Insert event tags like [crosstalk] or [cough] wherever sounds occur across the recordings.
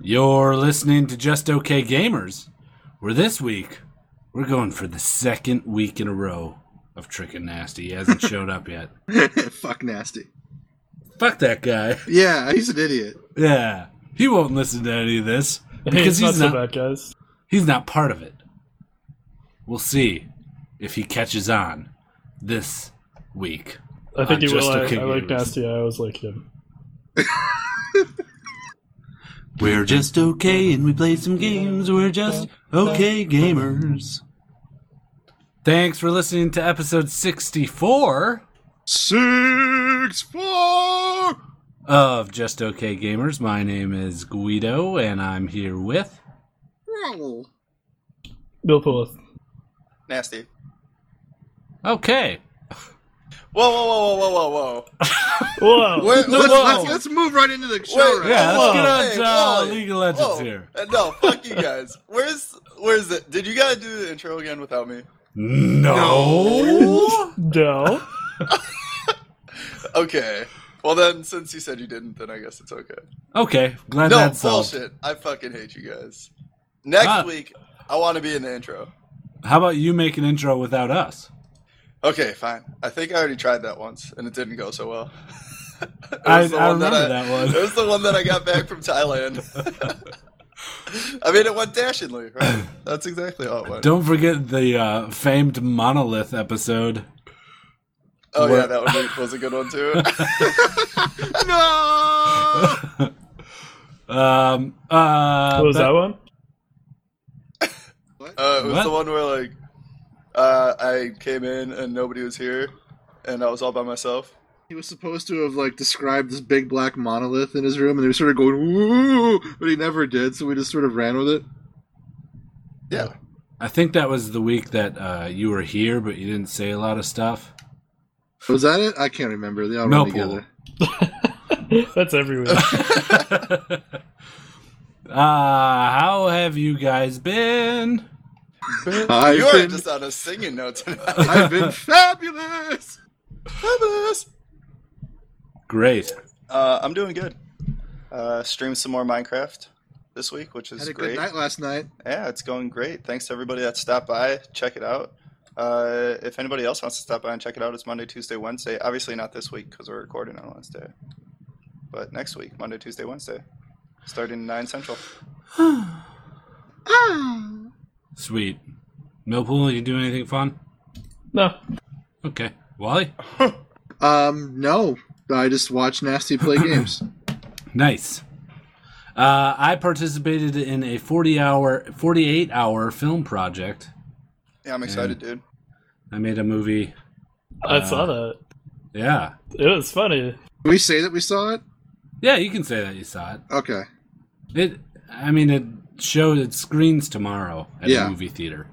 You're listening to Just Okay Gamers, where this week we're going for the second week in a row of Trick and Nasty. He hasn't showed up [laughs] yet. [laughs] Fuck nasty. Fuck that guy. Yeah, he's an idiot. Yeah. He won't listen to any of this because [laughs] it's not he's so not, bad, guys. he's not part of it. We'll see if he catches on this week. I think I'm you will. just I, okay I like gamers. Nasty. I always like him. We're just okay and we play some games. We're just okay gamers. Thanks for listening to episode 64 Six four. of Just Okay Gamers. My name is Guido and I'm here with. Roll. Bill Pulleth. Nasty. Okay. Whoa, whoa, whoa, whoa, whoa, whoa, whoa. Whoa! Let's, Wait, whoa. let's, let's move right into the show. Wait, right? Yeah, let's Whoa. get on Hey, to uh, Wally. League of Legends whoa. here. Uh, No, fuck you guys. Where's where's it? Did you guys do the intro again without me? No. No. Okay. Well then, since you said you didn't, then I guess it's okay. Okay, glad no that's solved. bullshit. I fucking hate you guys. Next Ah. week, I want to be in the intro. How about you make an intro without us? Okay, fine. I think I already tried that once, and it didn't go so well. [laughs] It I, I was the one remember I- that It one. was the one that I got back [laughs] from Thailand. I mean, it went dashingly, right? That's exactly how it went. Don't forget the uh, famed monolith episode. oh yeah, work. that one was a good one too. [laughs] No. Um, uh, What was but- that one? [laughs] Uh, it was What? the one where like uh, I came in and nobody was here, and I was all by myself. he was supposed to have like described this big black monolith in his room, and he was sort of going woo, but he never did. So we just sort of ran with it. Yeah, I think that was the week that uh, you were here, but you didn't say a lot of [laughs] stuff. [laughs] Was that it? I can't remember. They all No ran pool. together. That's everywhere. uh, how have you guys been? I've you are been, just on a singing note [laughs] tonight. [laughs] I've been fabulous. Fabulous. Great. uh, I'm doing good. Uh, streamed some more Minecraft this week, which is Had a great. good night last night. Yeah, it's going great. Thanks to everybody that stopped by. Check it out. Uh, if anybody else wants to stop by and check it out, it's Monday, Tuesday, Wednesday. Obviously, not this week because we're recording on Wednesday, but next week, Monday, Tuesday, Wednesday, starting nine central. Sweet. Millpool, you do anything fun? no. Okay. Wally? Um, no, I just watched Nasty [laughs] play games. Nice. Uh, I participated in a 40 hour, 48 hour film project. Yeah, I'm excited, dude. I made a movie. I Uh, saw that. Yeah. It was funny. Did we say that we saw it? Yeah, you can say that you saw it. Okay. It, I mean, it showed, it screens tomorrow at Yeah. a movie theater.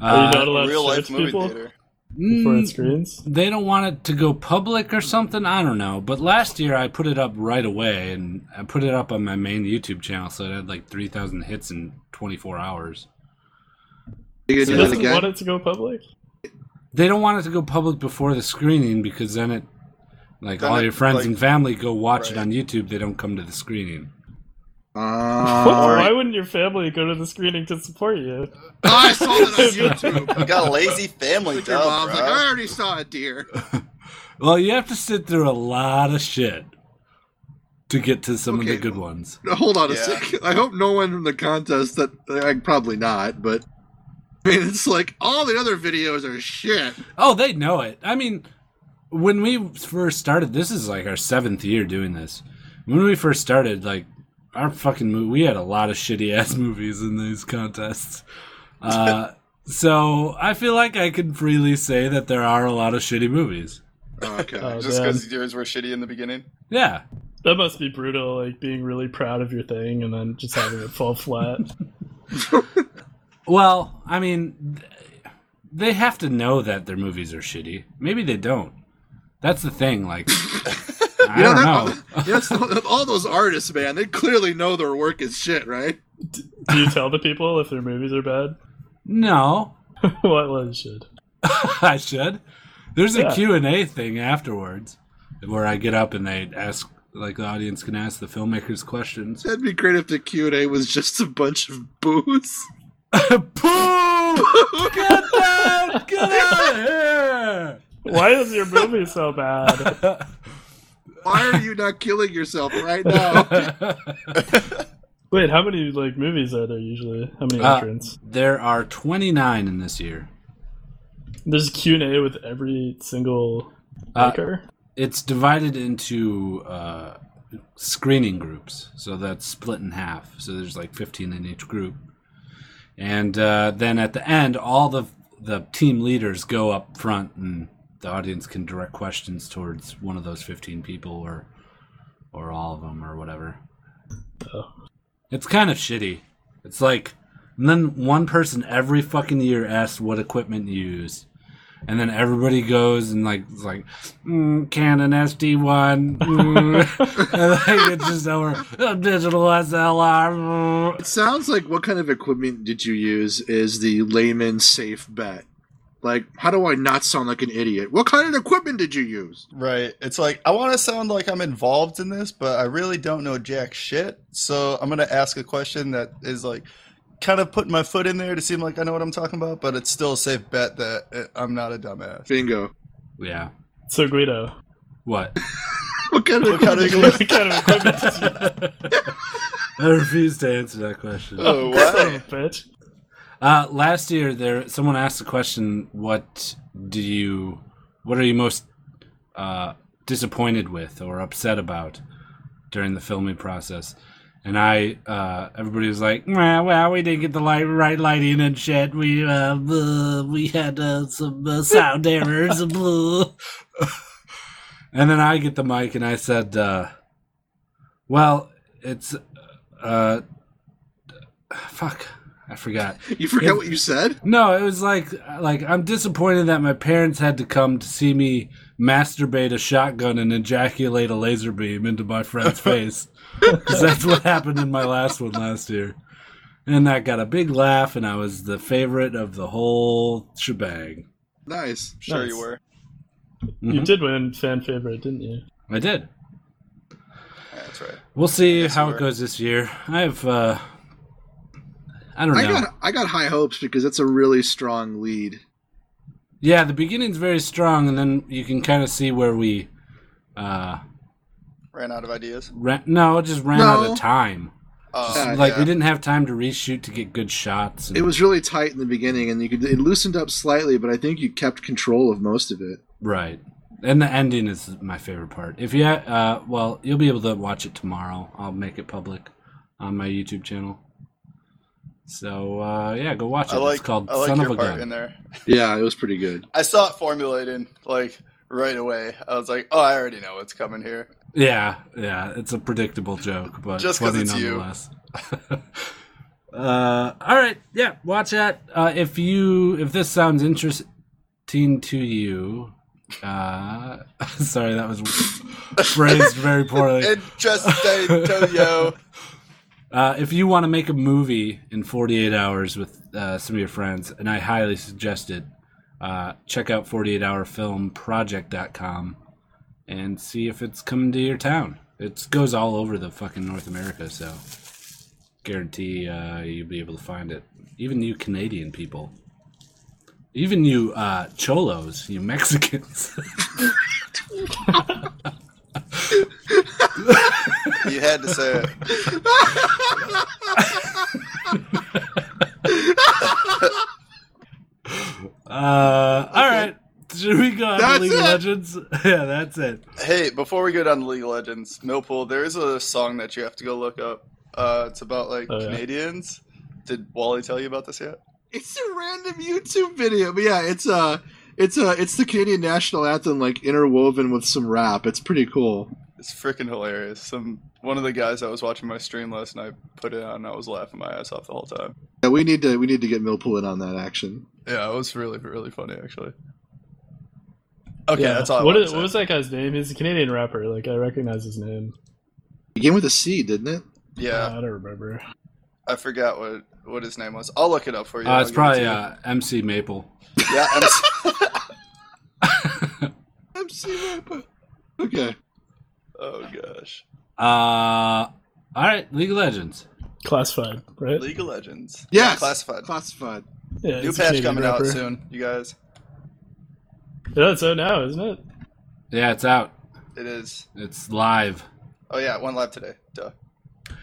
Are you Uh, not allowed Real to life search movie people theater. before mm, it screens? they don't want it to go public or something. I don't know. But last year I put it up right away and I put it up on my main YouTube channel, so it had like 3,000 hits in 24 hours. You So gonna do this that Doesn't again? want it to go public. They don't want it to go public before the screening because then it, like, Then all it, your friends like- and family go watch it Right. on YouTube. They don't come to the screening. Ah. Uh, Why wouldn't your family go to the screening to support you? I saw that on YouTube. You got a [laughs] lazy family, Like your dub, mom's like, "Ah!" I bro. already saw it, dear. Well, you have to sit through a lot of shit to get to some of Okay. the good ones. Hold on a Yeah. second. I hope no one from the contest that like, probably not, but I mean, it's like all the other videos are shit. Oh, they know it. I mean, when we first started, this is like our seventh year doing this. When we first started, like our fucking movie, we had a lot of shitty ass [laughs] movies in these contests. Uh, [laughs] so I feel like I can freely say that there are a lot of shitty movies. Oh, okay. Oh, Just man. because yours were shitty in the beginning. Yeah, That must be brutal, like being really proud of your thing and then just having it fall flat. Well, I mean, th- they have to know that their movies are shitty. Maybe they don't. That's the thing. Like, I you know, don't know. [laughs] that, you know, it's- all those artists, man, they clearly know their work is shit, right? Do you tell the people if their movies are bad? [laughs] No, what well, you should. [laughs] I should. There's a Yeah. Q and A thing afterwards, where I get up and they ask like the audience can ask the filmmakers [laughs] questions. That'd be great if the Q and A was just a bunch of boos. Pooh! Get down! Get out Why is your movie so bad? of Why are you not killing yourself [laughs] right now? here! Wait, how many like movies are there usually? How many Uh, entrants? there are 29 in this year. There's a Q&A with every single Uh, maker. It's divided into uh, screening groups, so that's split in half. So there's like 15 in each group, and uh, then at the end, all the the team leaders go up front, and the audience can direct questions towards one of those 15 people, or or all of them, or whatever. Oh. It's kind of shitty. It's like, and then one person every fucking year asks what equipment you used. And then everybody goes and like it's like mm, Canon SD one, [laughs] mm. and like it's just over "Oh, digital SLR. It sounds like what kind of equipment did you use is the layman safe bet. Like, how do I not sound like an idiot? What kind of equipment did you use? Right. It's like I want to sound like I'm involved in this, but I really don't know jack shit. So I'm gonna ask a question that is like kind of putting my foot in there to seem like I know what I'm talking about, but it's still a safe bet that uh, I'm not a dumbass. Bingo. [laughs] Yeah, So Guido, [laughs] what? What kind of [laughs] What kind of equipment? equipment? what kind of equipment did you I refuse to answer that question. [laughs] Oh, son of wow. a bitch? Uh, last year, there someone asked the question, "What do you, what are you most uh, disappointed with or upset about during the filming process?" And I, uh, everybody was like, "Nah, "Well, we didn't get the light, right lighting and shit. We uh, uh, we had uh, some uh, sound errors." blah." and then I get the mic and I said, uh, "Well, it's uh, fuck, I forgot." [laughs] You forget what you said? No, it was like like I'm disappointed that my parents had to come to see me masturbate a shotgun and ejaculate a laser beam into my friend's face. 'Cause that's what happened in my last one last year. And that got a big laugh and I was the favorite of the whole shebang. Nice. Sure you Nice. were. You Mhm. did win fan favorite, didn't you? I did. Yeah, that's right. We'll see guess how you it were. goes this year. I have uh I don't know. I got I got high hopes because that's a really strong lead. Yeah, the beginning's very strong and then you can kind of see where we uh Ran out of [laughs] ideas. ran, no, it just ran out No. of time. Oh, Yeah, like yeah. we didn't have time to reshoot to get good shots. and- It was really tight in the beginning, and you could it loosened up slightly, but I think you kept control of most of it. right, and the ending is my favorite part. If you, ha- uh, well, you'll be able to watch it tomorrow. I'll make it public on my YouTube channel. So uh, yeah, go watch it. I like, it's called I like Son your of a part Gun. in there. Yeah, it was pretty good. I saw it formulating like right away. I was like, oh, I already know what's coming here. Yeah, yeah, it's a predictable joke, but Just 'cause funny it's you. nonetheless. [laughs] uh, all right, yeah, watch that. Uh, if you if this sounds interesting to you, uh, [laughs] sorry, that was [laughs] phrased very [laughs] poorly. Interesting, Antonio. Uh, if you want to make a movie in 48 hours with uh, some of your friends, and I highly suggest it, uh, check out 48hourfilmproject.com and see if it's coming to your town. It goes all over the fucking North America, so guarantee uh, you'll be able to find it. Even you Canadian people. Even you uh, cholos, you Mexicans. [laughs] [laughs] you had to say it. uh, All right. Should we go on to That's League it. of Legends? [laughs] yeah, that's it. Hey, before we go down to League of Legends, Millpool, there is a song that you have to go look up. Uh, it's about like Oh, yeah. Canadians. Did Wally tell you about this yet? It's a random YouTube video, but yeah, it's uh it's uh it's the Canadian national anthem like interwoven with some rap. It's pretty cool. It's freaking hilarious. Some one of the guys that was watching my stream last night put it on. and I was laughing my ass off the whole time. Yeah, we need to we need to get Millpool in on that action. Yeah, it was really really funny actually. Okay, Yeah. that's all. I what, wanted is- to what say. was that guy's name? He's a Canadian rapper. Like I recognize his name. Begin with a C, didn't it? Yeah, I don't remember. I forgot what what his name was. I'll look it up for you. Uh, I'll it's give it probably to you. uh, MC Maple. uh, yeah. I'm s- [laughs] MC rapper. Okay. Oh gosh. Uh, all right, League of Legends. Classified, right? League of Legends. Yes. Yeah, classified. Classified. Yeah, New it's a patch Canadian coming out rapper. soon, you guys. Yeah, it's out now, isn't it? Yeah, it's out. It is. It's live. Oh yeah, it went live today. Duh.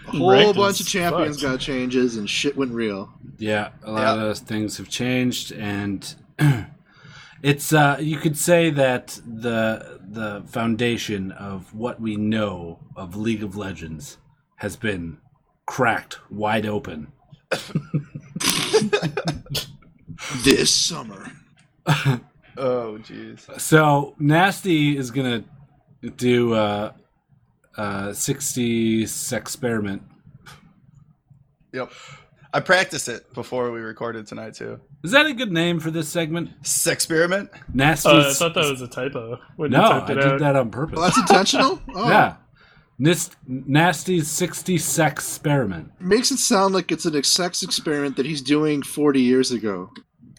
A whole Ranked bunch as of champions fuck. got changes and shit went real. Yeah, a lot of Yeah. those things have changed, and [clears throat] it's uh, you could say that the the foundation of what we know of League of Legends has been cracked wide open. This summer. Oh jeez. So Nasty is gonna do a, a sixty experiment. Yep. I practiced it before we recorded tonight too. Is that a good name for this segment? Sexperiment. Nasty. Oh, I thought that was a typo. When no, you typed I it did out. that on purpose. Well, that's intentional? Oh, Yeah. Nist, nasty 60 sex experiment. [laughs] Oh, Makes it sound like it's an ex- sex experiment that he's doing 40 years ago.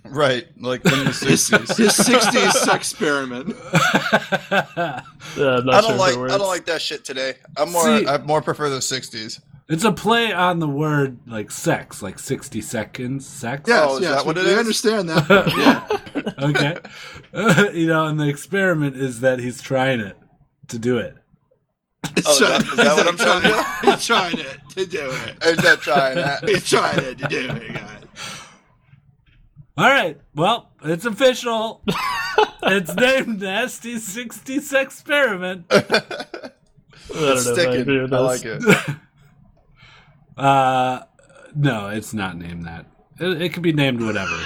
Right. Like in the His, sixties. his 60s sex [laughs] experiment. Oh, Yeah, I'm not I sure don't if like it I don't works. like that shit today. I'm more See- I more prefer the sixties. it's a play on the word like sex, like 60 seconds sex. Yes, Oh, is yes. that what we, it we is? understand that. yeah. [laughs] Okay. [laughs] you know, and the experiment is that he's trying it to do it. Oh, is that- [laughs] is that what I'm trying to to He's trying it to do it. I'm not trying that. [laughs] He's trying it to do it, guys. All right. Well, it's [laughs] official. it's named Nasty 60 sex experiment. I don't know It's if I agree sticking. with I this. like it. Uh, no, it's not named that. It, it could be named whatever.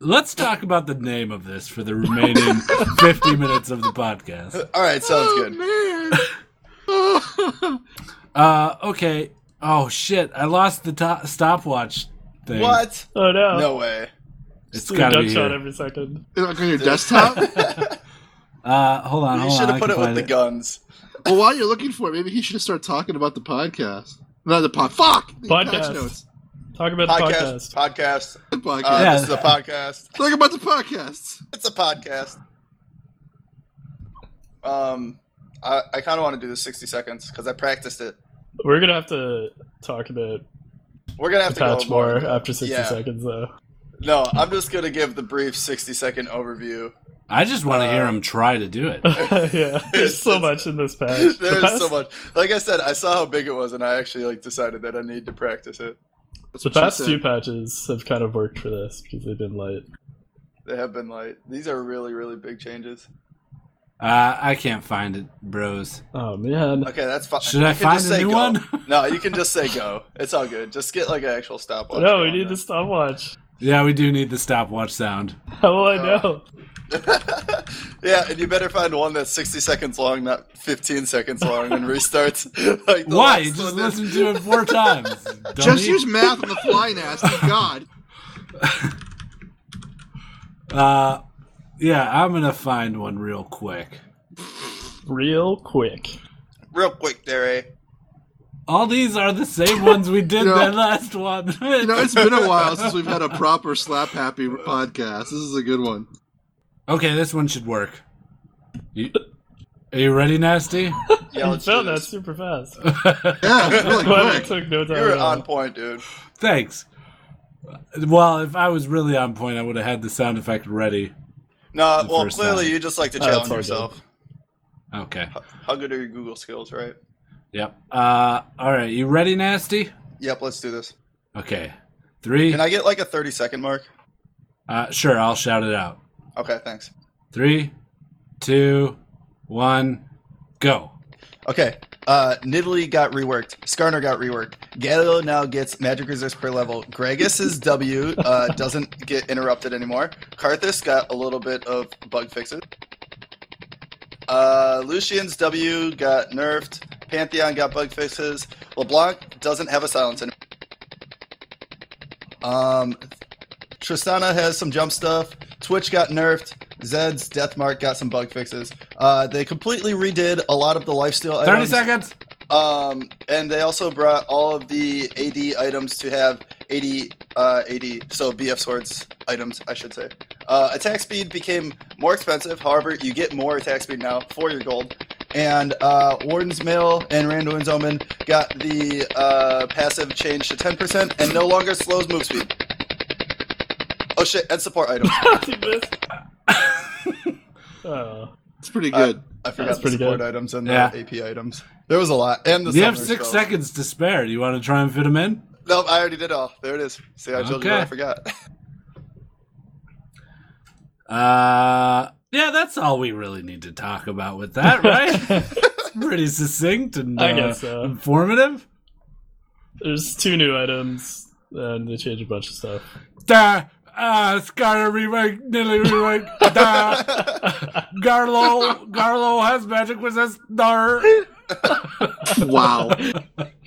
Let's talk about the name of this for the remaining 50 minutes of the podcast. All right, sounds oh, good. man. [laughs] Oh. Uh, okay. Oh, shit. I lost the to- stopwatch thing. What? Oh no. No way. It's Doing gotta dunk be shot here. every second. Like on your desktop? [laughs] Uh, hold on, You hold should on. I have can put it with find the guns. Well, while you're looking for it, maybe he should have started talking about the podcast. Not the pod. Fuck! The Podcast. patch notes. Talk about Podcast, the podcast. podcast. The podcast. Uh, Yeah. This is a podcast. Talk about the podcast. It's a podcast. Um, I, I kind of want to do the 60 seconds because I practiced it. We're gonna have to talk about We're gonna have the to go patch more more. after sixty Yeah. seconds though. [laughs] [laughs] No, I'm just gonna give the brief 60 [laughs] second overview. I just want to hear Uh, him try to do it. Uh, yeah. There's so It's- much in this patch. The [laughs] There's past, so much. Like I said, I saw how big it was, and I actually like decided that I need to practice it. That's The what she past said. two patches have kind of worked for this because they've been light. They have been like these are really really big changes. Uh, I can't find it, bros. Oh man. Okay, that's fine. Should I find a new go. one? No, you can just say go. It's all good. Just get like an actual stopwatch. no, we going need the stopwatch. yeah, we do need the stopwatch sound. How will I Uh, know? then. yeah, and you better find one that's 60 seconds long, not 15 seconds long, and restarts. [laughs] like the Why? last Just one listen is. to it [laughs] four times. Just dummy. use math on the fly, [laughs] nasty god. Uh, yeah, I'm gonna find one real quick. Real quick. real quick, there. Eh? All these are the same ones we did You know- that last one. You know, it's been a while since we've had a proper slap happy podcast. This is a good one. [laughs] okay, this one should work. You, are you ready, Nasty? Yeah, you let's do found that this. super fast. Yeah, really Whoever quick. took no time You're at all. on point, dude. Thanks. Well, if I was really on point, I would have had the sound effect ready. No, The well, first clearly time. you just like to Oh, that's challenge all yourself. Okay. How good are your Google skills, right? Yep. Uh, all right. You ready, Nasty? Yep, let's do this. Okay. Three. Can I get like a 30 second mark? uh, sure. I'll shout it out. Okay, thanks. Three, two, one, go. Okay. Uh, Nidalee got reworked. Skarner got reworked. Galio now gets magic resist per level. Gragas' W uh, doesn't get interrupted anymore. Karthus got a little bit of bug fixes. Uh, Lucian's W got nerfed. Pantheon got bug fixes. LeBlanc doesn't have a silence anymore. Um, Tristana has some jump stuff. Twitch got nerfed. Zed's Death Mark got some bug fixes. Uh, they completely redid a lot of the lifesteal items. Thirty seconds. Um, and they also brought all of the AD items to have AD, uh, AD, so BF swords items, I should say. Uh, attack speed became more expensive. However, you get more attack speed now for your gold. And uh, Warden's Mill and Randuin's Omen got the uh, passive change to 10% and no longer slows move speed. Oh shit, and support [laughs] items. [laughs] [laughs] Oh, It's pretty good. I forgot That's the pretty support good. items and Yeah. the AP items. There was a lot. And the You have summoners, six so- seconds to spare. You want to try and fit them in? Nope, I already did all. There it is. See, I told you what Okay. I forgot. Uh, yeah, that's all we really need to talk about with that, [laughs] right? it's pretty succinct and I uh, guess so. informative. There's two new items, and they change a bunch of stuff. Da, uh, Skyler rewrite, Nilly rewrite, [laughs] da, Garlo, Garlo has magic resist, dar. Wow.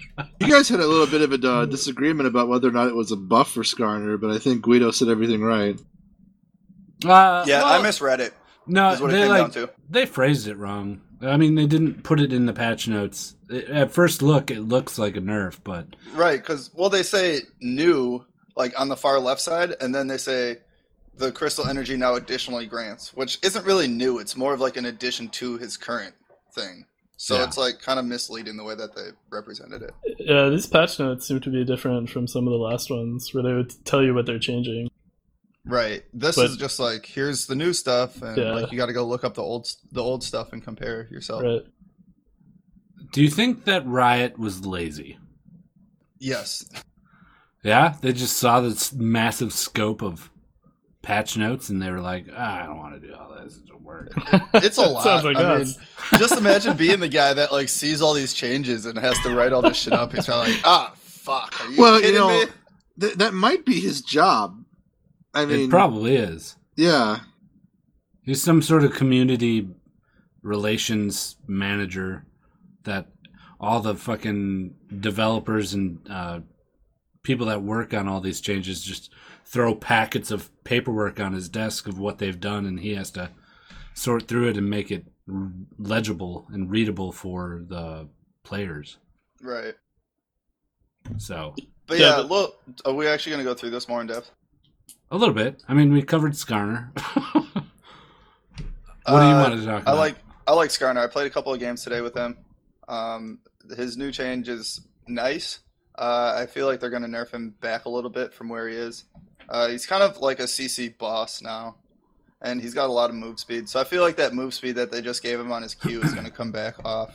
[laughs] you guys had a little bit of a uh, disagreement about whether or not it was a buff for Skarner, but I think Guido said everything right. Uh, [laughs] Yeah, well, I misread it. No, Uh, is what it they came like down to. they phrased it wrong. I mean, they didn't put it in the patch notes. It- at first look, it looks like a nerf, but Right, because well, they say new like on the far left side, and then they say the crystal energy now additionally grants, which isn't really new. It's more of like an addition to his current thing. So Yeah. it's like kind of misleading the way that they represented it. Yeah, Uh, these patch notes seem to be different from some of the last ones, where they would tell you what they're changing. Right. This But- is just like here's the new stuff, and Yeah. like you got to go look up the old the old stuff and compare yourself. Right? do you think that Riot was lazy? Yes. Yeah, they just saw this massive scope of patch notes, and they were like, "Ah, "I don't want to do all this. It's work." It's a That [laughs] lot. Sounds like I us. mean, just imagine being the guy that like sees all these changes and has to write all this shit up. He's probably like, ah, fuck. Are you Well, you kidding know, me? Th- that might be his job. I mean, it probably is. yeah. He's some sort of community relations manager that all the fucking developers and uh, people that work on all these changes just throw packets of paperwork on his desk of what they've done, and he has to sort through it and make it r- legible and readable for the players. Right. So But Yeah, yeah, but- look, are we actually going to go through this more in depth? a little bit. I mean, we covered Skarner. [laughs] what do you Uh, want to talk I about? like I like Skarner. I played a couple of games today with him. Um, his new change is nice. Uh, I feel like they're going to nerf him back a little bit from where he is. Uh, he's kind of like a CC boss now, and he's got a lot of move speed. So I feel like that move speed that they just gave him on his Q is going to come back off.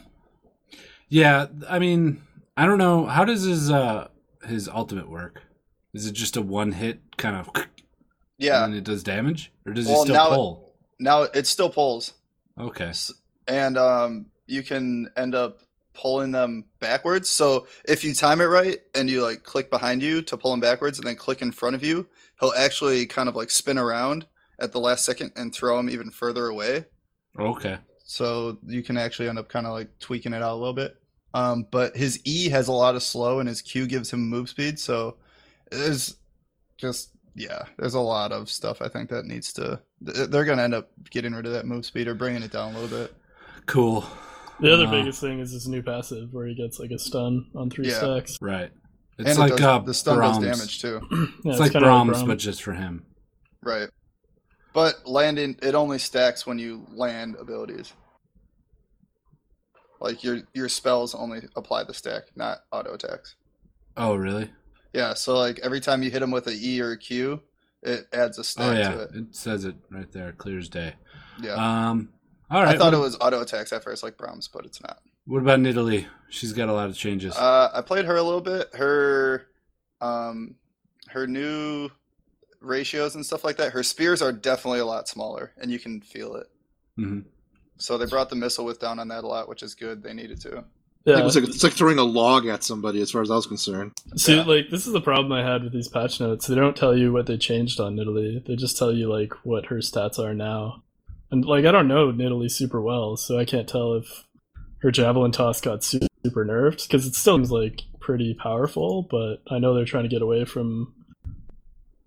Yeah, I mean, I don't know. How does his uh his ultimate work? Is it just a one hit kind of Yeah. and then it does damage? Or does Well, he still now- pull? Now it still pulls, Okay. and um, you can end up pulling them backwards. So if you time it right and you like click behind you to pull him backwards and then click in front of you, he'll actually kind of like spin around at the last second and throw him even further away. Okay. So you can actually end up kind of like tweaking it out a little bit. Um, but his E has a lot of slow and his Q gives him move speed. So there's just, yeah, there's a lot of stuff I think that needs to. th- They're going to end up getting rid of that move speed or bringing it down a little bit. Cool. The other Uh, biggest thing is his new passive, where he gets like a stun on three Yeah. stacks. [clears throat] Right. It's and it like does, uh, the stun Brahms. does damage too, Yeah, It's, like kinda Brahms, Braum. but just for him. right? But landing it only stacks when you land abilities. Like your your spells only apply the stack, not auto attacks. Oh, really? Yeah, so like every time you hit him with a E or a Q, it adds a Oh stack to yeah. it. It says it right there, clear as day. Yeah, Um all right. I thought what, it was auto attacks at first, like Brahms, but it's not. what about Nidalee? She's got a lot of changes. Uh, I played her a little bit. Her, um, her new ratios and stuff like that. Her spears are definitely a lot smaller, and you can feel it. Mhm. So they brought the missile width down on that a lot, which is good. They needed to. Yeah. It was like, it's like throwing a log at somebody, as far as I was concerned. See, Yeah. like this is the problem I had with these patch notes. They don't tell you what they changed on Nidalee. They just tell you like what her stats are now. And like I don't know Nidalee super well, so I can't tell if her javelin toss got su- super nerfed because it still seems like pretty powerful. But I know they're trying to get away from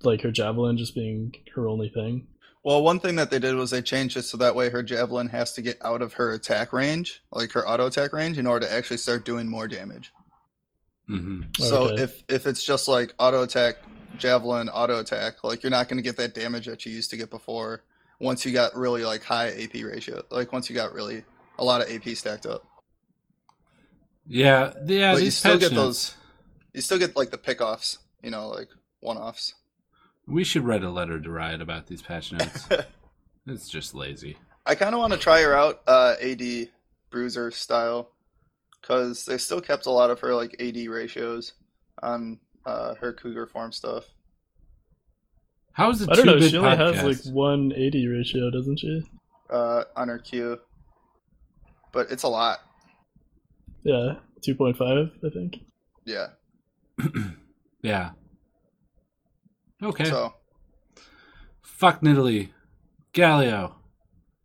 like her javelin just being her only thing. Well, one thing that they did was they changed it so that way her javelin has to get out of her attack range, like her auto attack range, in order to actually start doing more damage. mhm. So Oh, Okay. if if it's just like auto attack, javelin, auto attack, like you're not going to get that damage that you used to get before. Once you got really like high AP ratio, like once you got really a lot of AP stacked up. Yeah, yeah. but you these still get patch notes. those. You still get like the pickoffs, you know, like one offs. We should write a letter to Riot about these patch [laughs] notes. it's just lazy. I kind of want to try her out, uh, AD Bruiser style, because they still kept a lot of her like AD ratios on uh, her Cougar form stuff. How is it? I don't know. two-bit She only has podcast? like 180 ratio, doesn't she? uh, on her queue. But it's a lot. Yeah, 2.5, I think. Yeah. [clears throat] yeah. Okay. So Fuck Nidalee, Galio,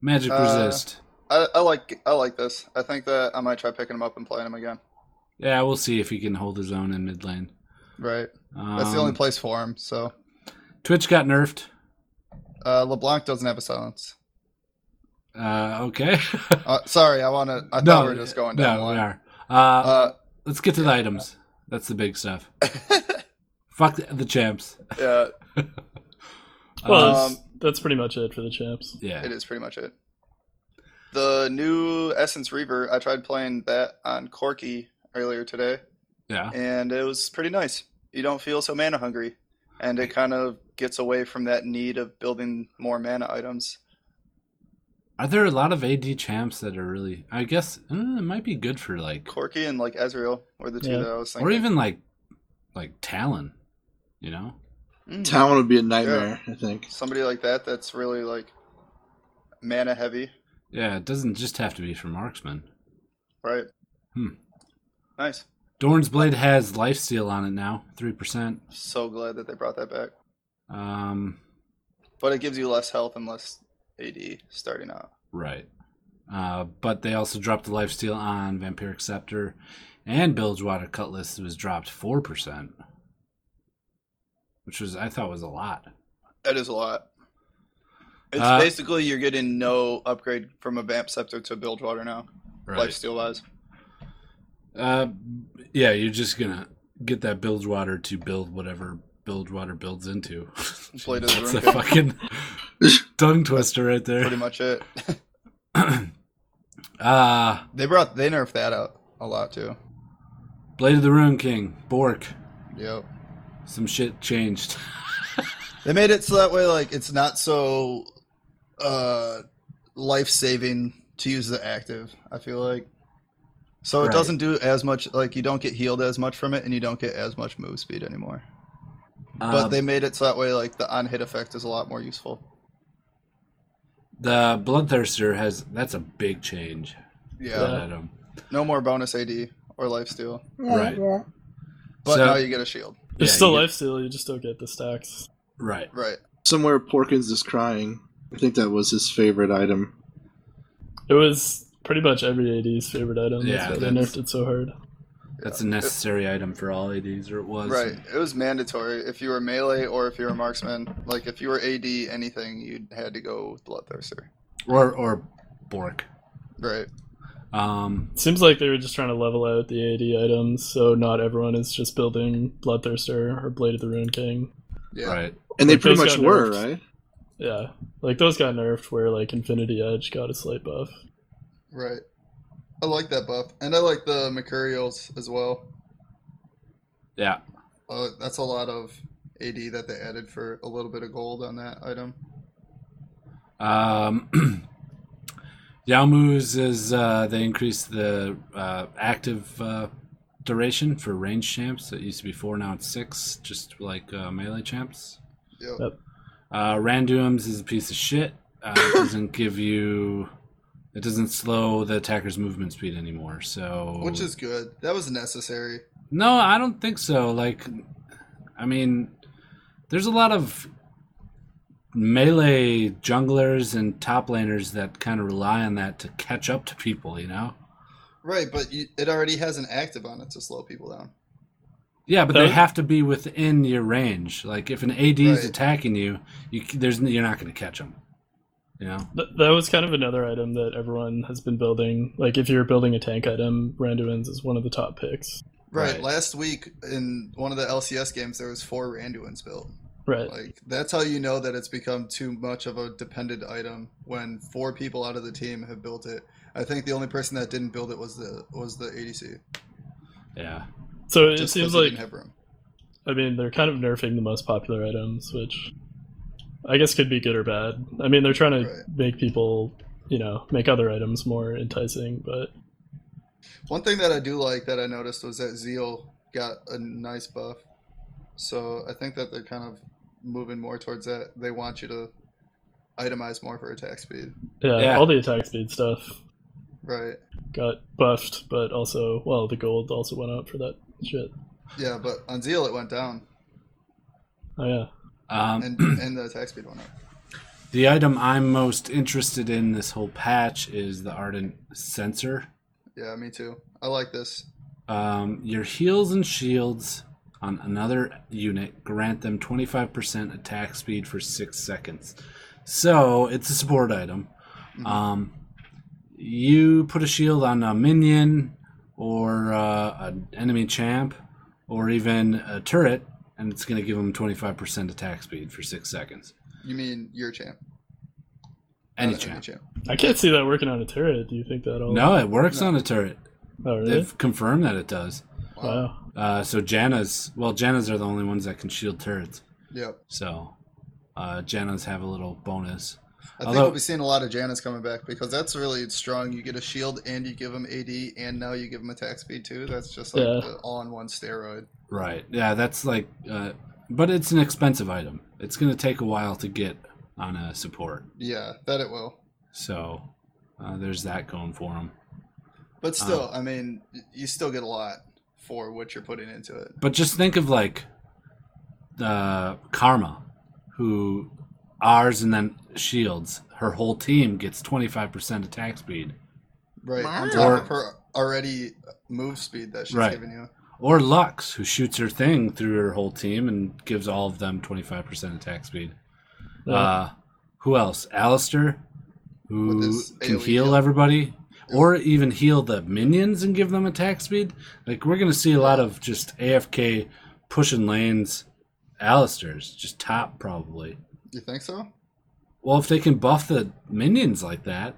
Magic Uh, Resist. I, I like I like this. I think that I might try picking him up and playing him again. Yeah, we'll see if he can hold his own in mid lane. Right. Um, That's the only place for him. So Twitch got nerfed. uh, LeBlanc doesn't have a silence. Uh, okay. Uh, sorry, I want to. [laughs] I no, thought we were just going down. the no, we line. are. Uh, Uh, let's get to the items. That's the big [laughs] stuff. Fuck the, the champs. yeah, [laughs] Well, Uh, Um, that's- that's pretty much it for the champs. yeah. it is pretty much it. The new Essence Reaver. I tried playing that on Corky earlier today, Yeah. and it was pretty nice. You don't feel so mana hungry, and it kind of gets away from that need of building more mana items. Are there a lot of AD champs that are really? I guess mm, it might be good for like, Corky and like Ezreal were the two Yeah. that I was thinking. or even like, like Talon. You know, Mm, Talon would be a nightmare, I think. somebody like that that's really like mana heavy, yeah. It doesn't just have to be for marksman. right? Hmm. Nice. Dorn's blade has lifesteal on it now, three percent. So glad that they brought that back, Um, but it gives you less health and less AD starting out. right. Uh, but they also dropped the lifesteal on vampiric scepter, and bilgewater cutlass was dropped four percent, which was I thought was a lot. That is a lot. It's Uh, basically you're getting no upgrade from a vamp scepter to build water now, Right. life steal wise. Uh, yeah, you're just gonna get that Bilgewater to build whatever Bilgewater builds into. [laughs] Play to the That's a room. [laughs] fucking tongue twister right [clears throat] Pretty there. much it. Uh they brought they nerfed that out a lot too. Blade of the Rune King, Bork. Yep. Some shit changed. They made it so that way, like it's not so uh, life saving to use the active. I feel like, so it Right. doesn't do as much. Like you don't get healed as much from it, and you don't get as much move speed anymore. but Uh, they made it so that way, like the on hit effect is a lot more useful. the Bloodthirster has that's a big change. Yeah, That item. no more bonus AD or life steal, Right. but So- now you get a shield. There's Yeah, still you get- lifesteal, you just don't get the stacks. Right. Right. Somewhere Porkins is crying. I think that was his favorite item. It was pretty much every AD's favorite item. Yeah, that's why they that's- nerfed it so hard. That's a necessary item for all ADs, or it was. Right. It was mandatory if you were melee or if you were marksman. Like if you were AD anything, you had to go with bloodthirster. Or or Bork. Right. Um Seems like they were just trying to level out the AD items, so not everyone is just building Bloodthirster or Blade of the Rune King. Yeah. right. And they But pretty those much got were, nerfed. right? Yeah, like those got nerfed where like Infinity Edge got a slight buff. Right. I like that buff, and I like the Mercurials as well. Yeah. Uh, that's a lot of AD that they added for a little bit of gold on that item. Um, [clears throat] Yaomu's is uh, they increased the uh, active uh, duration for range champs. It used to be four, now it's six, just like uh, melee champs. Yep. Yep. Uh, Randuim's is a piece of shit. Uh, [laughs] it doesn't give you, it doesn't slow the attacker's movement speed anymore. Oh. So Which is good. That was necessary. no, I don't think so. Like, I mean, there's a lot of melee junglers and top laners that kind of rely on that to catch up to people, you know? Right, but you, it already has an active on it to slow people down. Yeah, but they Those- have to be within your range. Like, if an AD is Right. attacking you, you c- there's you're not going to catch them. You know? Th- that was kind of another item that everyone has been building. Like if you're building a tank item, Randuin's is one of the top picks. Right. Right. Last week in one of the LCS games, there was four Randuins built. Right. Like that's how you know that it's become too much of a dependent item when four people out of the team have built it. I think the only person that didn't build it was the was the ADC. Yeah. So it just 'cause seems they like didn't have room. I mean, they're kind of nerfing the most popular items, which I guess could be good or bad. I mean, they're trying to Right. make people, you know, make other items more enticing, but One thing that I do like that I noticed was that Zeal got a nice buff. So I think that they're kind of moving more towards that. They want you to itemize more for attack speed. yeah, Yeah. all the attack speed stuff Right. got buffed, but also, well, the gold also went up for that shit. Yeah, but on Zeal it went down. Oh yeah, Um, And and the attack speed went up. the item I'm most interested in this whole patch is the Ardent Sensor. Yeah, me too. I like this. Um, your heals and shields on another unit grant them 25% attack speed for six seconds. So it's a support item. Um, you put a shield on a minion or uh, an enemy champ or even a turret, and it's going to give them 25% attack speed for six seconds. You mean your champ? Any Not champ. champ. I can't see that working on a turret. Do you think that'll? No, it works on a turret. Oh really? They've confirmed that it does. Wow. Wow. Uh, so Janna's, well, Janna's are the only ones that can shield turrets. Yep. So, uh, Janna's have a little bonus. I think Although- we'll be seeing a lot of Janus coming back because that's really strong. You get a shield and you give him AD and now you give him attack speed too. That's just like Yeah. the all in one steroid. Right. Yeah, that's like, uh, but it's an expensive item. It's going to take a while to get on a support. Yeah, that it will. So, uh, there's that going for him. But Um, still, I mean, y- you still get a lot for what you're putting into it. But just think of like uh, Karma, who ours and then shields. Her whole team gets 25% attack speed. Right. On Wow. top of her already move speed that she's Right. giving you. Or Lux, who shoots her thing through her whole team and gives all of them 25% attack speed. Yeah. Uh, who else? Alistair, who With his can AoE heal heal. everybody, or even heal the minions and give them attack speed. Like we're gonna see a lot of just AFK pushing lanes. Alistair's just top probably. You think so? Well, if they can buff the minions like that,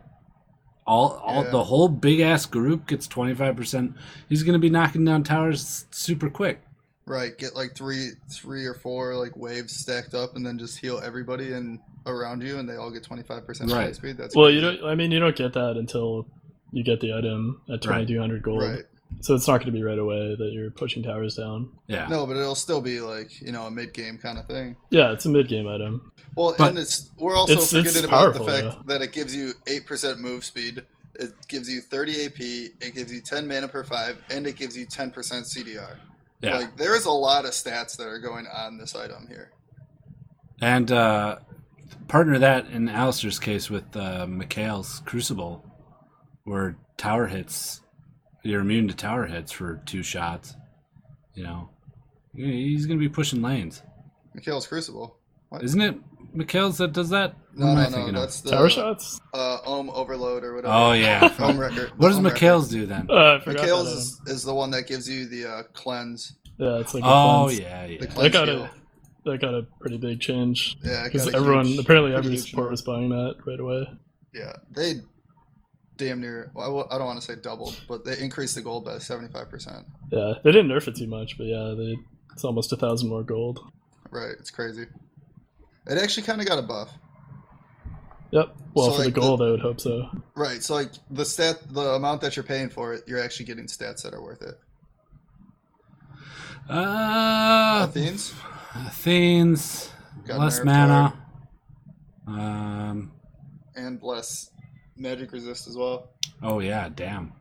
all all Yeah. the whole big ass group gets twenty five percent. He's gonna be knocking down towers super quick. Right. Get like three, three or four like waves stacked up, and then just heal everybody and around you, and they all get 25 percent Right. attack speed. That's well, you crazy. don't. I mean, you don't get that until you get the item at Right. twenty two hundred gold. Right. So it's not going to be right away that you're pushing towers down. Yeah. No, but it'll still be like you know a mid game kind of thing. Yeah, it's a mid game item. Well, But and it's we're also it's- it's forgetting about powerful, the fact yeah. that it gives you eight percent move speed, it gives you 30 AP, it gives you 10 mana per five, and it gives you 10 percent CDR. Yeah. Like there's a lot of stats that are going on this item here. And uh, partner that in Alistair's case with uh, Mikhail's Crucible, where tower hits, you're immune to tower hits for two shots. You know, He- he's going to be pushing lanes. Mikhail's Crucible. Isn't it Mikhail's that does that? Who No, am I no, no. thinking of? That's uh, the Tower shots. uh, Ohm Overload or whatever. Oh, [laughs] yeah. Ohm Fuck. Record. what does Ohm Mikhail's do then? [laughs] Uh, I Record. forgot Mikhail's that is, is the one that gives you the uh, cleanse. item. Yeah, it's like a Oh, cleanse. yeah, yeah. The cleanse got heal. it. That got a pretty big change Yeah, it because got a everyone huge- apparently pretty every huge nerf. support was buying that right away. Yeah, they damn near. well, I w- I don't want to say doubled, but they increased the gold by seventy five percent. Yeah, they didn't nerf it too much, but yeah, they, it's almost a thousand more gold. Right, it's crazy. It actually kind of got a buff. Yep. Well, So, for like, the gold, I would hope so. [laughs] Right, so like the stat, the amount that you're paying for it, you're actually getting stats that are worth it. Uh, Athens Athenes. Got Less nerfed mana. Um. and less magic resist as well. Oh, yeah, damn.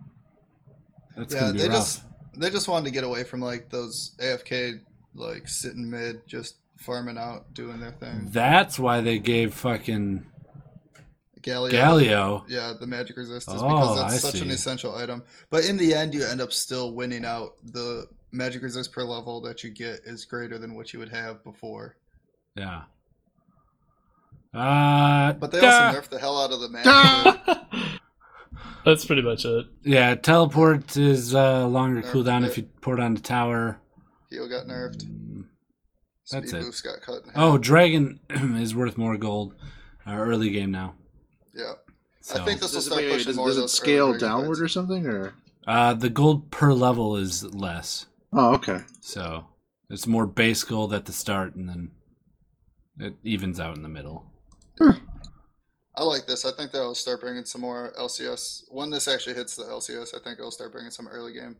That's yeah, going to they be rough. just they just wanted to get away from like those AFK like sitting mid, just farming out, doing their thing. That's why they gave fucking Galio. Galio. Oh, Yeah, the magic resistance Oh, because that's I such an see. essential item. But in the end, you end up still winning out. The magic resist per level that you get is greater than what you would have before. Yeah. Uh, But they duh. also nerfed the hell out of the Duh. [laughs] magic. That's pretty much it. yeah, teleport is uh, longer Nerfed cooldown it. if you port on the tower. Heal got nerfed. That's Speed it. boost got cut. In [clears throat] half. Oh, dragon is worth more gold. Uh, early game now. yeah. So I think this will Does it, start wait, wait, pushing does, more does of it those early scale breaking downward points. or something? Or uh, the gold per level is less, oh, okay. so it's more base gold at the start, and then it evens out in the middle. I like this. I think that'll start bringing some more LCS. When this actually hits the LCS, I think it'll start bringing some early game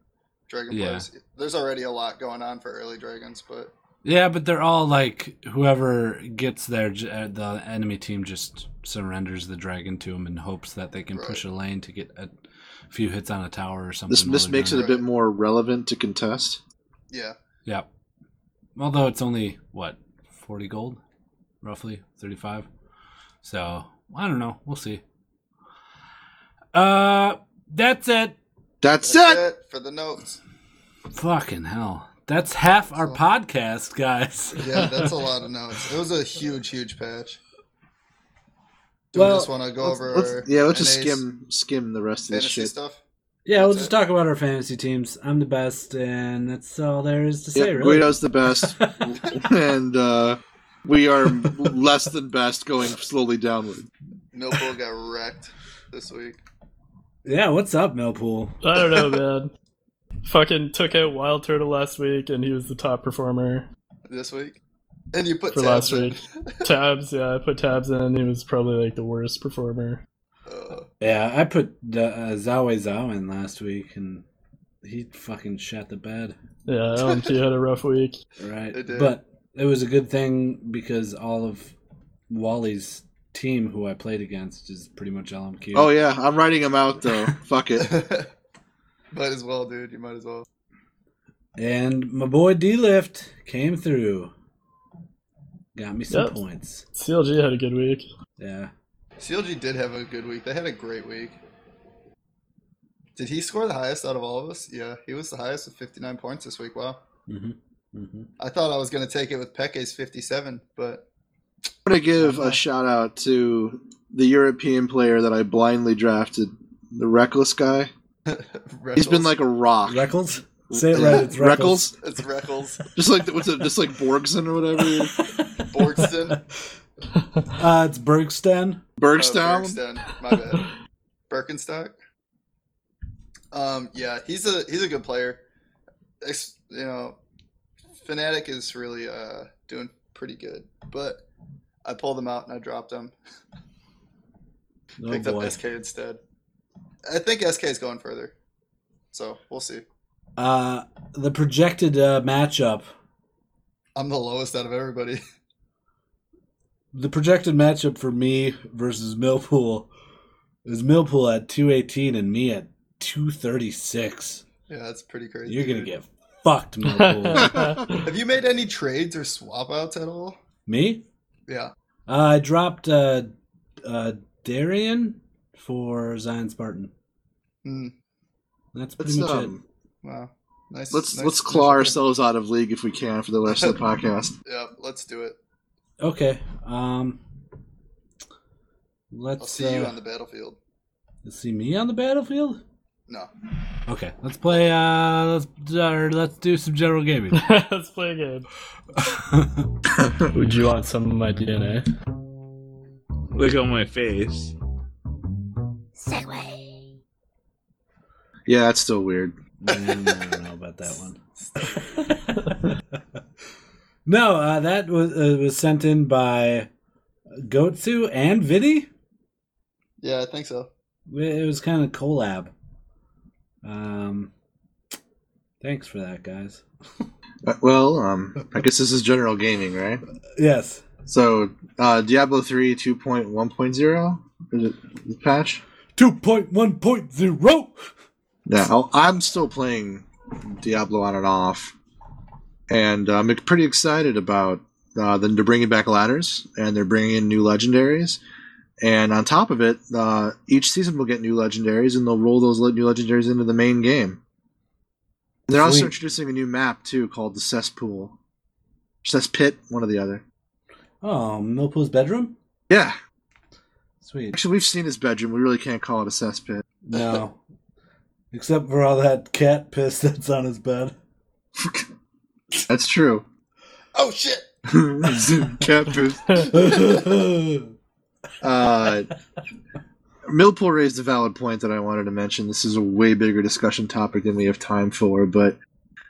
dragon Yeah. players. There's already a lot going on for early dragons, but Yeah, but they're all like whoever gets there, j- uh, the enemy team just surrenders the dragon to them and hopes that they can Right. push a lane to get a few hits on a tower or something. This while this they're makes down. it a bit more relevant to contest. yeah, Yeah. Although it's only what forty gold, roughly thirty-five. So I don't know. We'll see. Uh, that's it. That's, it. that's it for the notes. Fucking hell. That's half our podcast, guys. Yeah, that's a lot of notes. It was a huge, huge patch. Do Well, we just want to go over? our Let's, yeah, let's just NAs skim skim the rest of this fantasy shit. stuff. Yeah, we'll That's just it. talk about our fantasy teams. I'm the best, and that's all there is to Yep, say, really. Guido's [laughs] the best, [laughs] and uh, we are less than best, going slowly downward. Millpool got wrecked this week. Yeah, what's up, Millpool? I don't know, man. Fucking took out Wild Turtle last week, and he was the top performer This week, and you put for tabs last in. week. Tabs, yeah, I put tabs in. He was probably like the worst performer. Uh, Yeah, I put uh, uh, Zawe Zao in last week, and he fucking shot the bed. Yeah, LMT had a rough week. Right. It did. But it was a good thing because all of Wally's team, who I played against, is pretty much LMQ. Oh yeah, I'm writing them out though. [laughs] Fuck it. [laughs] might as well, dude. You might as well. And my boy D Lift came through. Got me some Yep. points. CLG had a good week. Yeah. CLG did have a good week. They had a great week. Did he score the highest out of all of us? Yeah, he was the highest with 59 points this week. Wow. hmm hmm I thought I was going to take it with Peke's 57, but I'm gonna give a shout out to the European player that I blindly drafted, the reckless guy. He's been Reckles- like a rock. Reckles? Say it right. It's Reckles. Reckles? [laughs] it's Ah. Reckles, just like what's it, just like Borgson [laughs] or [laughs] whatever. Oh, Borgston, Uh, it's Bergsten. Bergstown. Bergstown, Oh, [laughs] My bad. Birkenstock. Um, yeah, he's a he's a good player. Ex- you know, Fnatic is really uh doing pretty good, but I pulled him out and I dropped him. Oh picked boy. up SK instead. I think SK is going further, so we'll see. Uh, the projected uh, matchup. I'm the lowest out of everybody. [laughs] The projected matchup for me versus Millpool is Millpool at 218 and me at 236. yeah, that's pretty crazy. You're going to get fucked, [laughs] Millpool. Have you made any trades or swap outs at all? me? Yeah. Uh, I dropped uh, uh, Darian for Zion Spartan. Hmm. That's pretty Let's much um, Wow. Nice. let's nice- let's claw nice- ourselves out of league if we can for the rest [laughs] of the podcast. Yeah, let's do it. it. Okay. Um, I'll let's see you uh, on the battlefield. let's see me on the battlefield. No. Okay, let's play. Uh, let's or let's do some general gaming. [laughs] [laughs] Let's play a game. Mm, Would you want some of my DNA? Look on my face. Yeah, that's still weird. Man, I don't know about that one. [laughs] no, uh, that was uh, was sent in by Gotsu and Vidi. Yeah, I think so. It was kind of collab. Um, thanks for that, guys. Uh, Well, um, I guess this is general gaming, right? Yes. So, uh, Diablo 3 2.1.0? Is it the patch? 2.1.0 Yeah, I'll, I'm still playing Diablo on and off. And I'm pretty excited about uh, them they're bringing back ladders, and they're bringing in new legendaries. And on top of it, uh, each season will get new legendaries, and they'll roll those le- new legendaries into the main game. And they're also Sweet. introducing a new map, too, called the Cesspool. Cesspit, one or the other. oh millpool's bedroom Yeah, sweet Actually, we've seen his bedroom. We really can't call it a cesspit. no except for all that cat piss that's on his bed That's true. [laughs] Oh shit! [laughs] Campus. oh Uh, Millpool raised a valid point that I wanted to mention. This is a way bigger discussion topic than we have time for, but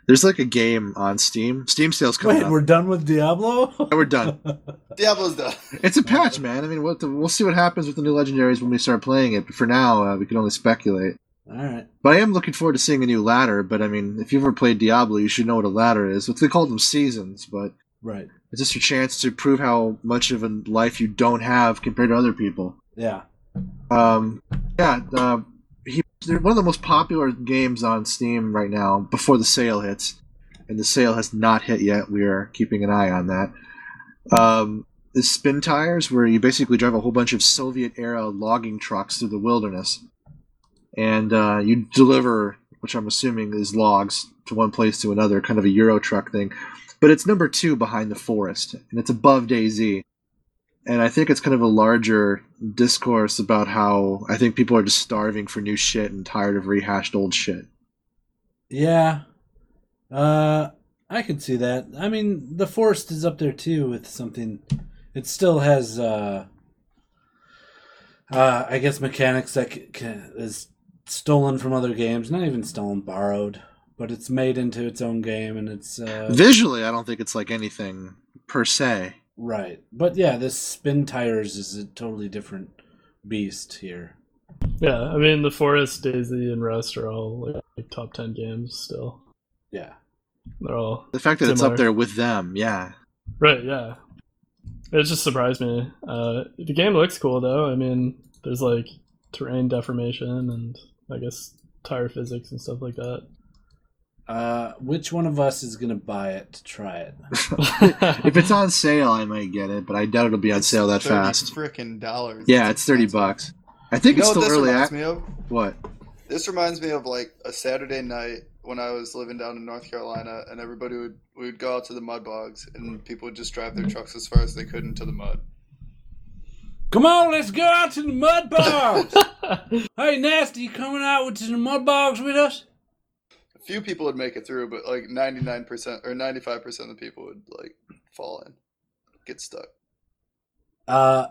there's like a game on Steam. Steam sales coming Wait, up. we're done with Diablo? Yeah, we're done. [laughs] Diablo's [laughs] done. It's a patch, man. I mean, what the, we'll see what happens with the new legendaries when we start playing it. But for now, uh, we can only speculate. All right. But I am looking forward to seeing a new ladder. But I mean, if you've ever played Diablo, you should know what a ladder is. They call them seasons, but Right. it's just your chance to prove how much of a life you don't have compared to other people. Yeah. Um, yeah, uh, he, they're one of the most popular games on Steam right now before the sale hits, and the sale has not hit yet. We are keeping an eye on that. Um, is spin tires, where you basically drive a whole bunch of Soviet-era logging trucks through the wilderness, and uh, you deliver, which I'm assuming is logs, to one place to another, kind of a Euro truck thing. But it's number two behind the forest, and it's above DayZ and I think it's kind of a larger discourse about how I think people are just starving for new shit and tired of rehashed old shit. Yeah. Uh I could see that. I mean, the forest is up there too with something it still has uh uh I guess mechanics that c- c- is stolen from other games, not even stolen, borrowed, but it's made into its own game and it's uh Visually, I don't think it's like anything per se. right. But yeah, this spin tires is a totally different beast here. Yeah, I mean, The Forest, Daisy, and Rust are all like, like top 10 games still. Yeah. They're all The fact that it's up Similar. there with them, yeah. Right, yeah. It just surprised me. Uh, the game looks cool though. I mean, there's like terrain deformation and I guess tire physics and stuff like [laughs] that. Uh which one of us is going to buy it to try it? If it's on sale, I might get it, but I doubt it'll be on sale that fast. Freaking dollars. Yeah, it's thirty expensive. bucks. I think You know it's what still early. this eh? reminds At- me of? what? This reminds me of like a Saturday night when I was living down in North Carolina, and everybody would we would go out to the mud bogs, and people would just drive their trucks as far as they could into the mud. Come on, let's go out to the mud [laughs] bogs. hey, Nasty, you coming out to the mud bogs with us? A few people would make it through, but like ninety nine percent or ninety five percent of the people would like fall in, get stuck. Uh,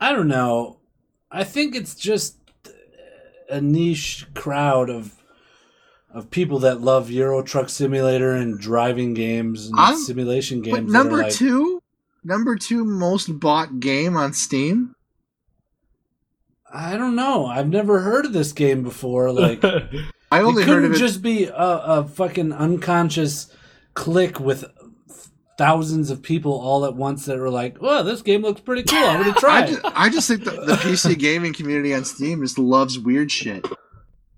I don't know. I think it's just a niche crowd of of people that love Euro Truck Simulator and driving games and I'm- simulation games. But that are number like- two, number two most bought game on Steam. I don't know. I've never heard of this game before. [laughs] Like, it I only couldn't heard of it. just be a, a fucking unconscious click with thousands of people all at once that were like, "Oh, this game looks pretty cool. I'm [laughs] gonna try I it." just, I just think the, the [laughs] PC gaming community on Steam just loves weird shit.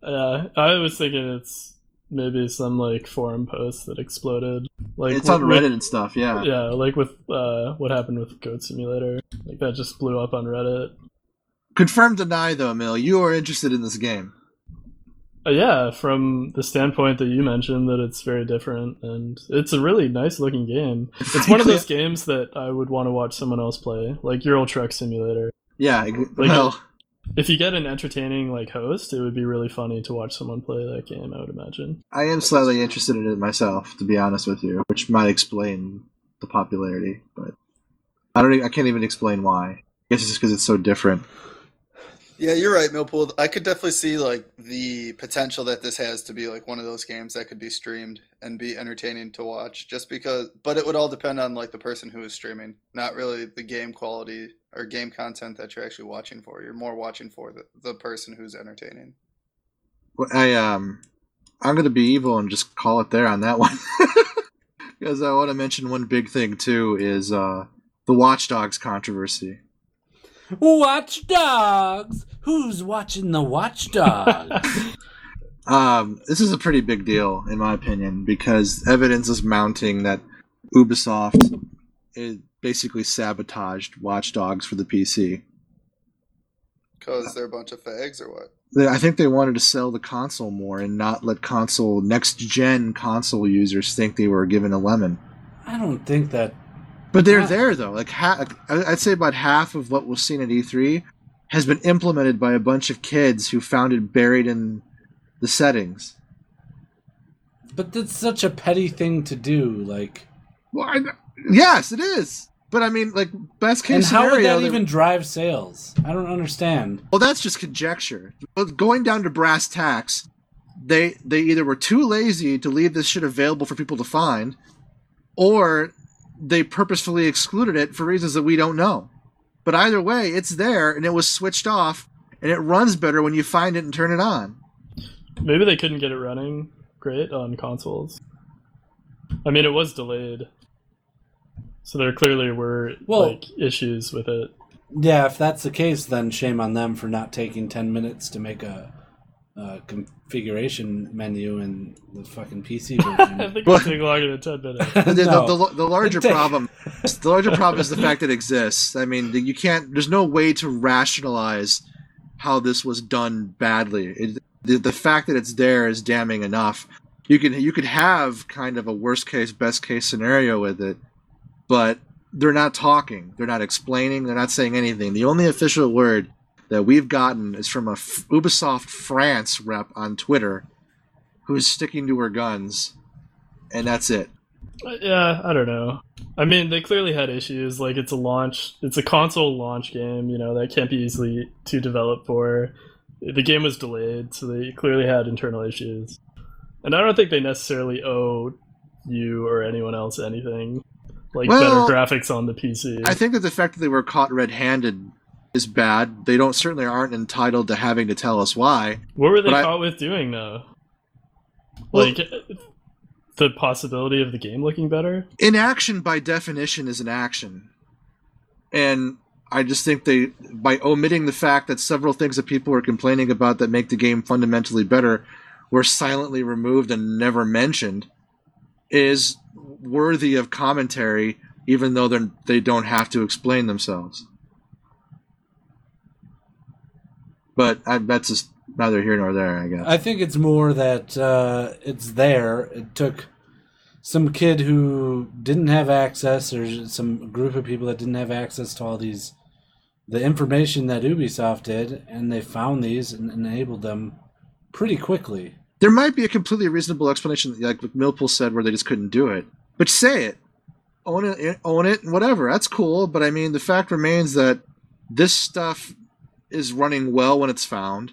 yeah, I was thinking it's maybe some like forum post that exploded. Like it's on with- Reddit and stuff, yeah. Yeah, like with uh, what happened with Goat Simulator. Like that just blew up on Reddit. Confirm deny though, Mill. You are interested in this game. Uh, yeah, from the standpoint that you mentioned, that it's very different, and it's a really nice looking game. It's one [laughs] of those games that I would want to watch someone else play, like Euro Truck Simulator. Yeah. well, If you get an entertaining like host, it would be really funny to watch someone play that game. I would imagine. I am slightly interested in it myself, to be honest with you, which might explain the popularity, but I don't. e- I can't even explain why. I guess it's just because it's so different. Yeah, you're right, Millpool. I could definitely see like the potential that this has to be like one of those games that could be streamed and be entertaining to watch just because but it would all depend on like the person who is streaming, not really the game quality or game content that you're actually watching for. You're more watching for the, the person who's entertaining. Well, I um, I'm gonna be evil and just call it there on that [laughs] one. Because I want to mention one big thing too is uh, the Watch Dogs controversy. Watch Dogs. Who's watching the Watch Dogs? [laughs] Um, this is a pretty big deal, in my opinion, because evidence is mounting that Ubisoft it basically sabotaged Watch Dogs for the PC. Cause they're a bunch of fags or what? They- I think they wanted to sell the console more and not let console next gen console users think they were given a lemon. I don't think that. But they're Yeah. there though. Like ha- I- I'd say about half of what was seen at E3 has been implemented by a bunch of kids who found it buried in the settings. But that's such a petty thing to do. Like, Well, I, yes, it is. But I mean, like best case And how scenario. would that they- even drive sales? I don't understand. Well, that's just conjecture. But going down to brass tacks, they they either were too lazy to leave this shit available for people to find, or they purposefully excluded it for reasons that we don't know. But either way, it's there and it was switched off, and it runs better when you find it and turn it on. Maybe they couldn't get it running great on consoles. I mean, it was delayed, so there clearly were Well- like issues with it. Yeah, if that's the case, then shame on them for not taking ten minutes to make a, a configuration menu in the fucking PC [laughs] [laughs] I version. think it'll take longer than ten minutes. [laughs] But [laughs] the, No. the, the, the larger Take- problem, the larger problem is the fact it exists. I mean, you can't. There's no way to rationalize how this was done badly. It, the, the fact that it's there is damning enough. You can you could have kind of a worst case, best case scenario with it, but they're not talking. They're not explaining. They're not saying anything. The only official word that we've gotten is from a F- Ubisoft France rep on Twitter, who's sticking to her guns, and that's it. yeah, I don't know. I mean, they clearly had issues. Like, it's a launch, it's a console launch game. You know that can't be easily to develop for. The game was delayed, so they clearly had internal issues. And I don't think they necessarily owe you or anyone else anything. Like Well, better graphics on the PC. I think that the fact that they were caught red-handed is bad. They don't certainly aren't entitled to having to tell us why. What were they But I- caught with doing though? Well- Like the possibility of the game looking better. Inaction, by definition, is an action, and I just think they by omitting the fact that several things that people were complaining about that make the game fundamentally better were silently removed and never mentioned is worthy of commentary, even though they're, they don't have to explain themselves. But I, that's just neither here nor there, I guess. I think it's more that uh, it's there. It took some kid who didn't have access, or some group of people that didn't have access to all these, the information that Ubisoft did, and they found these and enabled them pretty quickly. There might be a completely reasonable explanation, like what Millpool said, where they just couldn't do it. But say it, own it, eh, own it, and whatever. That's cool. But I mean, the fact remains that this stuff is running well when it's found.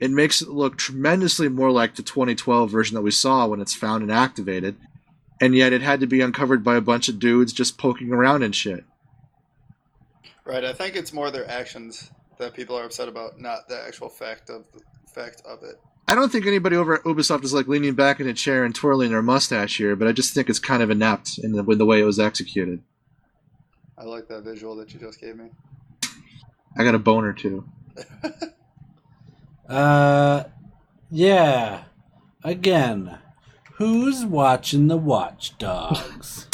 It makes it look tremendously more like the 2012 version that we saw when it's found and activated. And yet, it had to be uncovered by a bunch of dudes just poking around and shit. Right. I think it's more their actions that people are upset about, not the actual fact of fact of it. I don't think anybody over at Ubisoft is like leaning back in a chair and twirling their mustache here, but I just think it's kind of inept in the, in the way it was executed. I like that visual that you just gave me. I got a boner too. Uh, yeah. Again, who's watching the Watchdogs?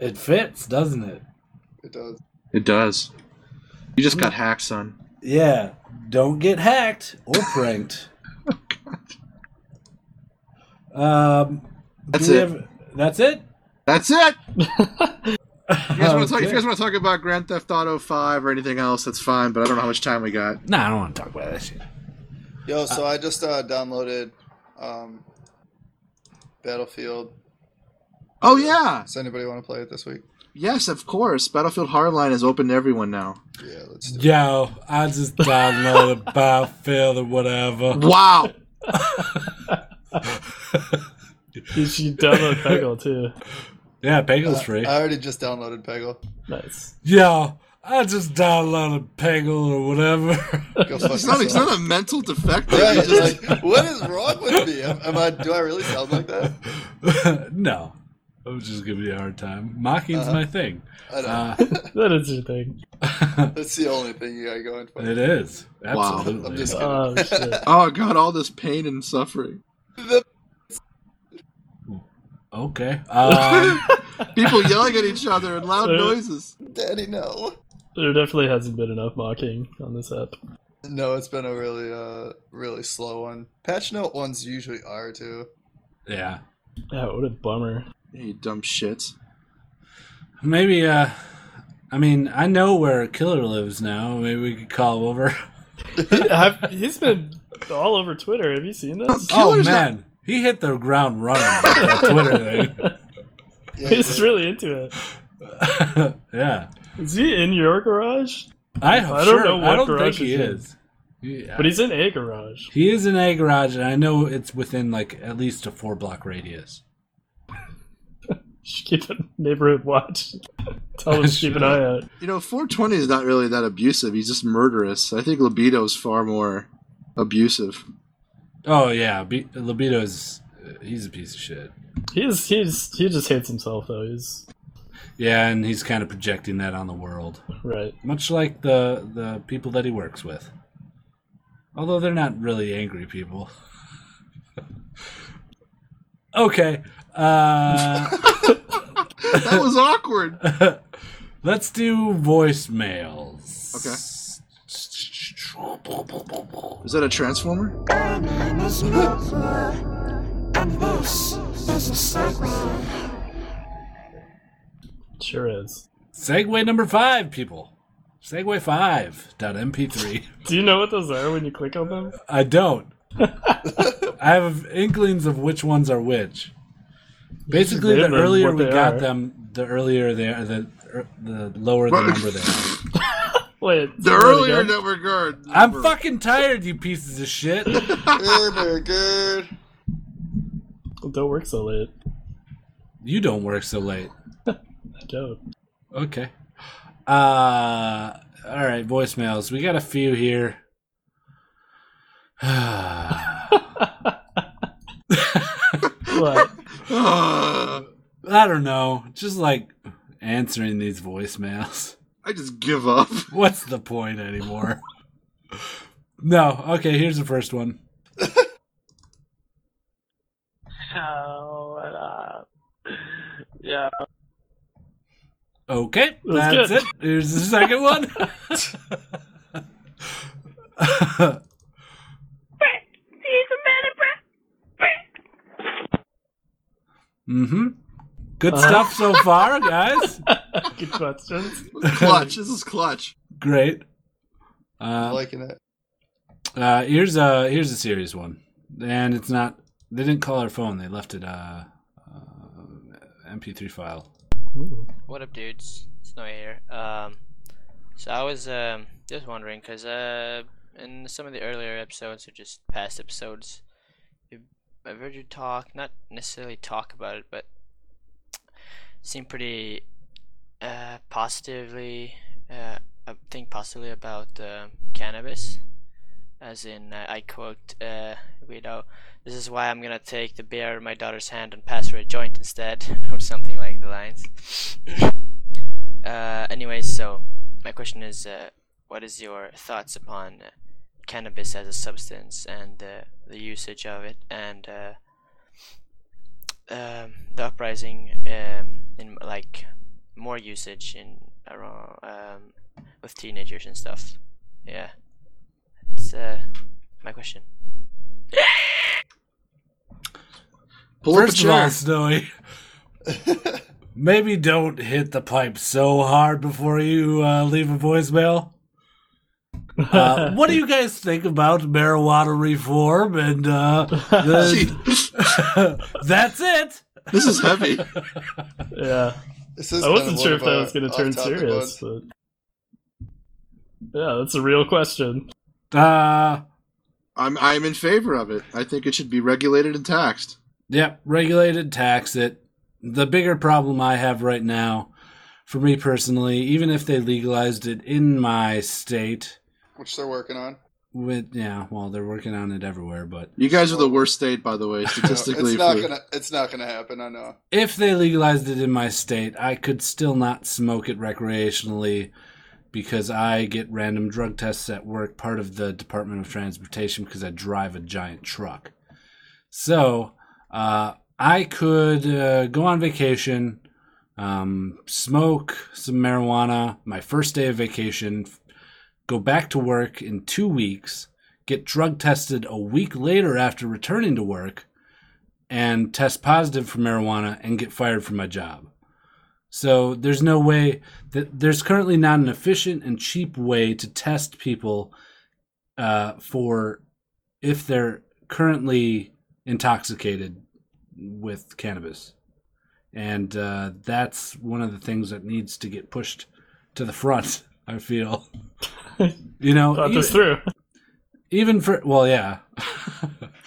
it fits, doesn't it? It does. It does. You just got hacked, son. Yeah. Don't get hacked or [laughs] pranked. Oh, Um, That's do we it. have- that's it. That's it. If you, guys want to talk, if Okay. you guys want to talk about Grand Theft Auto 5 or anything else, that's fine, but I don't know how much time we got. Nah, I don't want to talk about that shit. Yo, so I just uh, downloaded um, Battlefield. Oh, yeah. Does anybody want to play it this week? Yes, of course. Battlefield Hardline is open to everyone now. Yeah, let's do it. Yo, I just [laughs] downloaded Battlefield or whatever. Wow. You should download Peggle too. Yeah, Peggle's free. Uh, I already just downloaded Peggle. [laughs] Nice. Yo, I just downloaded Peggle or whatever. Go fuck It's not, it's yourself. not a mental defect. Yeah, It's he's just- [laughs] just like, what is wrong with me? Am, am I? Do I really sound like that? [laughs] no, I was just giving you a hard time. Mocking's Uh-huh. my thing. I don't. Uh, That is your [laughs] thing. That's the only thing you gotta go in for. it is [laughs] Wow. absolutely. I'm just- Oh shit. oh, God, all this pain and suffering. [laughs] The- okay. Um, [laughs] People yelling at each other and loud noises. Daddy, no. There definitely hasn't been enough mocking on this app. No, it's been a really, uh, really slow one. Patch note ones usually are too. yeah, Yeah, what a bummer. Hey, you dumb shits. maybe. Uh, I mean, I know where Killer lives now. Maybe we could call him [laughs] over. [laughs] Have- he's been all over Twitter. Have you seen [laughs] this? oh Killer's not- man, [laughs] he hit the ground running with that Twitter thing. [laughs] Yeah, He's really into it. yeah. Is he in your garage? I, don't sure, know I what don't think garage he he's in. is. Yeah. But he's in a garage. [laughs] He is in a garage, and I know it's within like at least a four block radius. Should keep a neighborhood watch. [laughs] Tell him to keep [laughs] an eye out. You know, 420 is not really that abusive. He's just murderous. I think libido is far more abusive. Oh yeah, Be- libido's he's a piece of shit. He's he's he just hates himself though. He's Yeah, and he's kind of projecting that on the world, right. much like the the people that he works with. Although they're not really angry people. [laughs] okay, uh, That was awkward. let's do voicemails. Okay. Okay. Is that a transformer? I'm Hannes Miller, and this is a segue. Sure is. Segway number five, people. Segway five dot MP3. Do you know what those are when you click on them? I don't. I have inklings of which ones are which. Basically, the name them earlier what we they got are. them, the earlier they are, the er, the lower the number they are. Wait. The say that earlier again? that we're good. I'm fucking tired, you pieces of shit. Good, good. Don't work so late. You don't work so late. I [laughs] don't. Okay. Uh, all right, voicemails. We got a few here. [sighs] What? Ugh. I don't know. Just like answering these voicemails. [sighs] I just give [laughs] up. What's the point anymore? [laughs] no. Okay, here's the first one. Oh, what up? [laughs] Yeah, Okay, That was that's it. good. Here's the second one. mm-hmm. Good stuff so far, guys. Good questions. clutch. This is clutch. Great. Uh, Liking it. Uh, here's a here's a serious one, and it's not. They didn't call our phone. They left it uh, uh MP3 file. What up, dudes? It's Noah here. Um, so I was um, just wondering because uh, in some of the earlier episodes or just past episodes, you, I've heard you talk, not necessarily talk about it, but seem pretty uh, positively, uh, uh, think positively about uh, cannabis. As in, uh, I quote, uh, you know, this is why I'm gonna take the beer out of my daughter's hand and pass her a joint instead, [laughs] or something like the lines. uh, anyways, so my question is, uh, what is your thoughts upon uh, cannabis as a substance and uh, the usage of it, and uh, um, the uprising um, in like more usage in around um, with teenagers and stuff? Yeah, it's uh, my question. Pull up a First of all, chair. Snowy, [laughs] maybe don't hit the pipe so hard before you uh, leave a voicemail. Uh, what do you guys think about marijuana reform? And uh, [laughs] the- [laughs] that's it. This is heavy. Yeah. This is I kind wasn't of sure one if of that our was going to turn off-topic serious, ones. but yeah, that's a real question. Uh, I'm I'm in favor of it. I think it should be regulated and taxed. Yep, regulated, tax it. The bigger problem I have right now, for me personally, even if they legalized it in my state, which they're working on. with yeah, well, they're working on it everywhere, but You guys are the worst state, by the [laughs] way, [laughs] No, statistically. it's not for- gonna. It's not gonna happen. I know. if they legalized it in my state, I could still not smoke it recreationally because I get random drug tests at work, part of the Department of Transportation, because I drive a giant truck. So uh, I could uh, go on vacation, um, smoke some marijuana my first day of vacation, f- go back to work in two weeks, get drug tested a week later after returning to work and test positive for marijuana and get fired from my job. So there's no way that there's currently not an efficient and cheap way to test people uh, for if they're currently intoxicated with cannabis. and uh, that's one of the things that needs to get pushed to the front. I feel, you know, Thought [laughs] this through. even- even for well, yeah.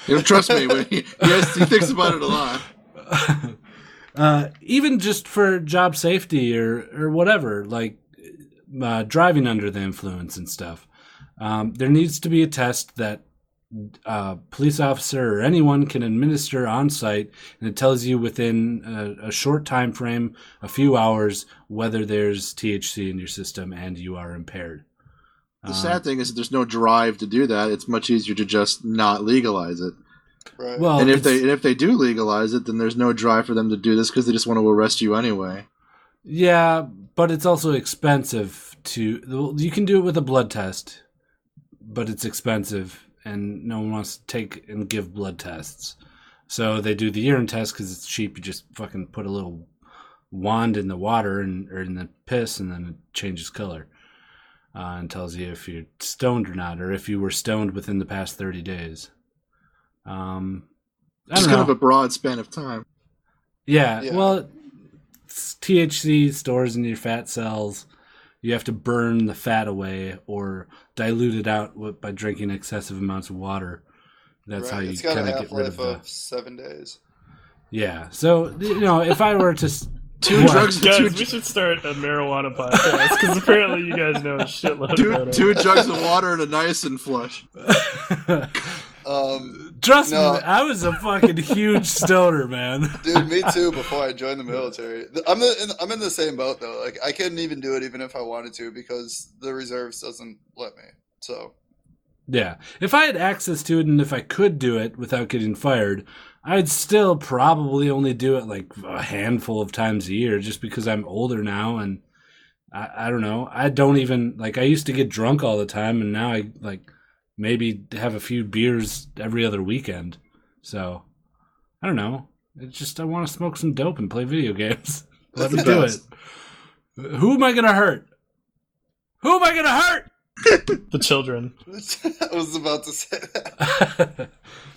You know, trust me, when he, he, has, he thinks about it [laughs] a lot. uh, even just for job safety or or whatever, like uh, driving under the influence and stuff. Um, there needs to be a test that a police officer or anyone can administer on site, and it tells you within a, a short time frame, a few hours, whether there's THC in your system and you are impaired. The Um, sad thing is that there's no drive to do that. It's much easier to just not legalize it. Right. Um, well, and if Oh, it's- they and if they do legalize it, then there's no drive for them to do this because they just want to arrest you anyway. Yeah, but it's also expensive to. well, You can do it with a blood test, but it's expensive, and no one wants to take and give blood tests. So they do the urine test because it's cheap. You just fucking put a little wand in the water and or in the piss, and then it changes color uh, and tells you if you're stoned or not, or if you were stoned within the past thirty days. Um, I It's don't kind know. of a broad span of time. Yeah, Yeah. well, s- THC stores in your fat cells. You have to burn the fat away or dilute it out wi- by drinking excessive amounts of water. That's how Right, you it's got a kind of half get rid of life the. of seven days. Yeah, so you know, if I were to [laughs] s- Two What? drugs, two, Guys, we should start a marijuana podcast because apparently you guys know a shitload about two, it. two jugs of water and a niacin [laughs] flush. Um, trust No. me, I was a fucking [laughs] huge stoner, man. dude, me too. Before I joined the military, Th- I'm the, in, I'm in the same boat though. Like I couldn't even do it even if I wanted to because the reserves doesn't let me. So [laughs] Yeah. If I had access to it and if I could do it without getting fired, I'd still probably only do it like a handful of times a year just because I'm older now and I, I don't know. I don't even like I used to get drunk all the time and now I like maybe have a few beers every other weekend. So I don't know. It's just I want to smoke some dope and play video [laughs] games. Let me do it. Who am I going to hurt? Who am I going to hurt? The children. I was about to say that for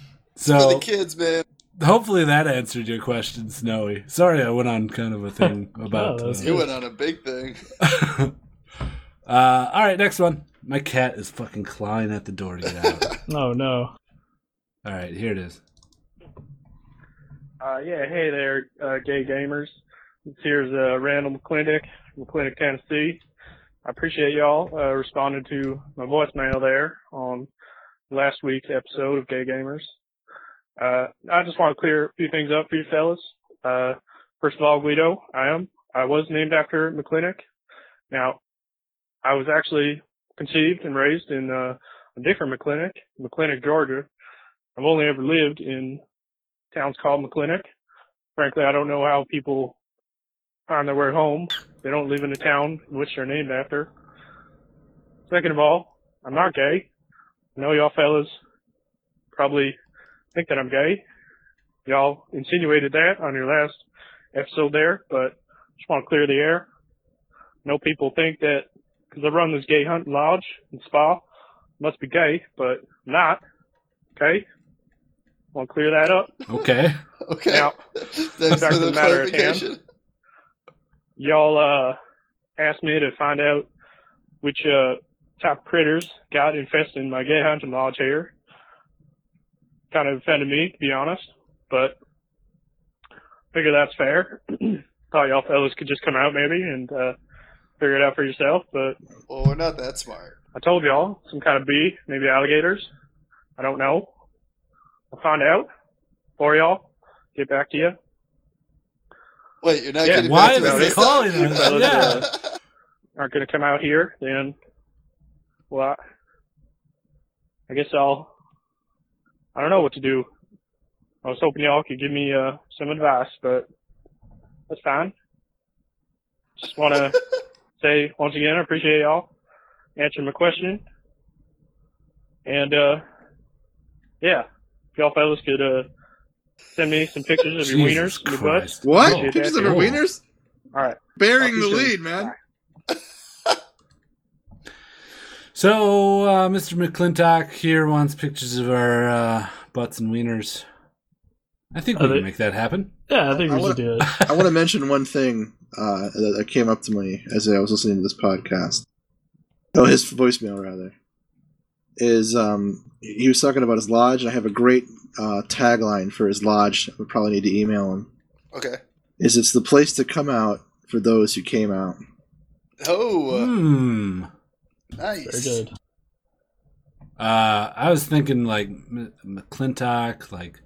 [laughs] so the kids, man. hopefully that answered your question, Snowy. Sorry, I went on kind of a [laughs] thing about. that was You went on a big thing. [laughs] uh, [laughs] uh, all right, next one. My cat is fucking clawing at the door to get [laughs] out. Oh no. all right, here it is. Uh, yeah, hey there, uh, gay gamers. This here's uh, Randall McClintock from McClintock, Tennessee. I appreciate y'all uh, responding to my voicemail there on last week's episode of Gay Gamers. Uh, I just want to clear a few things up for you fellas. Uh, first of all, Guido, I am. I was named after McClintock. Now, I was actually conceived and raised in uh, a different McClintock, McClintock, Georgia. I've only ever lived in town's called McClinic. Frankly, I don't know how people find their way home. They don't live in a town which they're named after. Second of all, I'm not gay. I know y'all fellas probably think that I'm gay. Y'all insinuated that on your last episode there, but just want to clear the air. No people think that because I run this gay hunt lodge and spa, must be gay, but I'm not. Okay? Want to clear that up? Okay. Okay. Now, [laughs] Thanks back for to the the matter at hand. clarification. y'all uh asked me to find out which uh type of critters got infesting my gay hunting lodge here. Kind of offended me to be honest, but figure that's fair. [clears throat] Thought y'all fellas could just come out maybe and uh figure it out for yourself, but Well, we're not that smart. I told y'all some kind of bee, maybe alligators. I don't know. I'll find out for y'all. Get back to you. Wait, you're not Yeah, getting why back to are me they this calling time? us? Yeah. [laughs] aren't going to come out here, then, well, I, I guess I'll, I don't know what to do. I was hoping y'all could give me uh, some advice, but that's fine. Just want [laughs] to say once again, I appreciate y'all answering my question. And, uh, yeah, if y'all fellas could, uh, send me some pictures of your Jesus wieners and your butts. Christ. What? Oh. Pictures of her wieners? All right. Bearing Oh, the he's lead, man. So, uh, Mr. McClintock here wants pictures of our uh, butts and wieners. I think Are we can they- make that happen. Yeah, I think I we should wanna- do [laughs] it. I want to mention one thing uh, that that came up to me as I was listening to this podcast. Oh, his voicemail rather is um, he was talking about his lodge, and I have a great uh, tagline for his lodge. I would probably need to email him. Okay. Is it's the place to come out for those who [laughs] came out. Oh, Hmm. Very nice. good. Uh, I was thinking like M- McClintock, like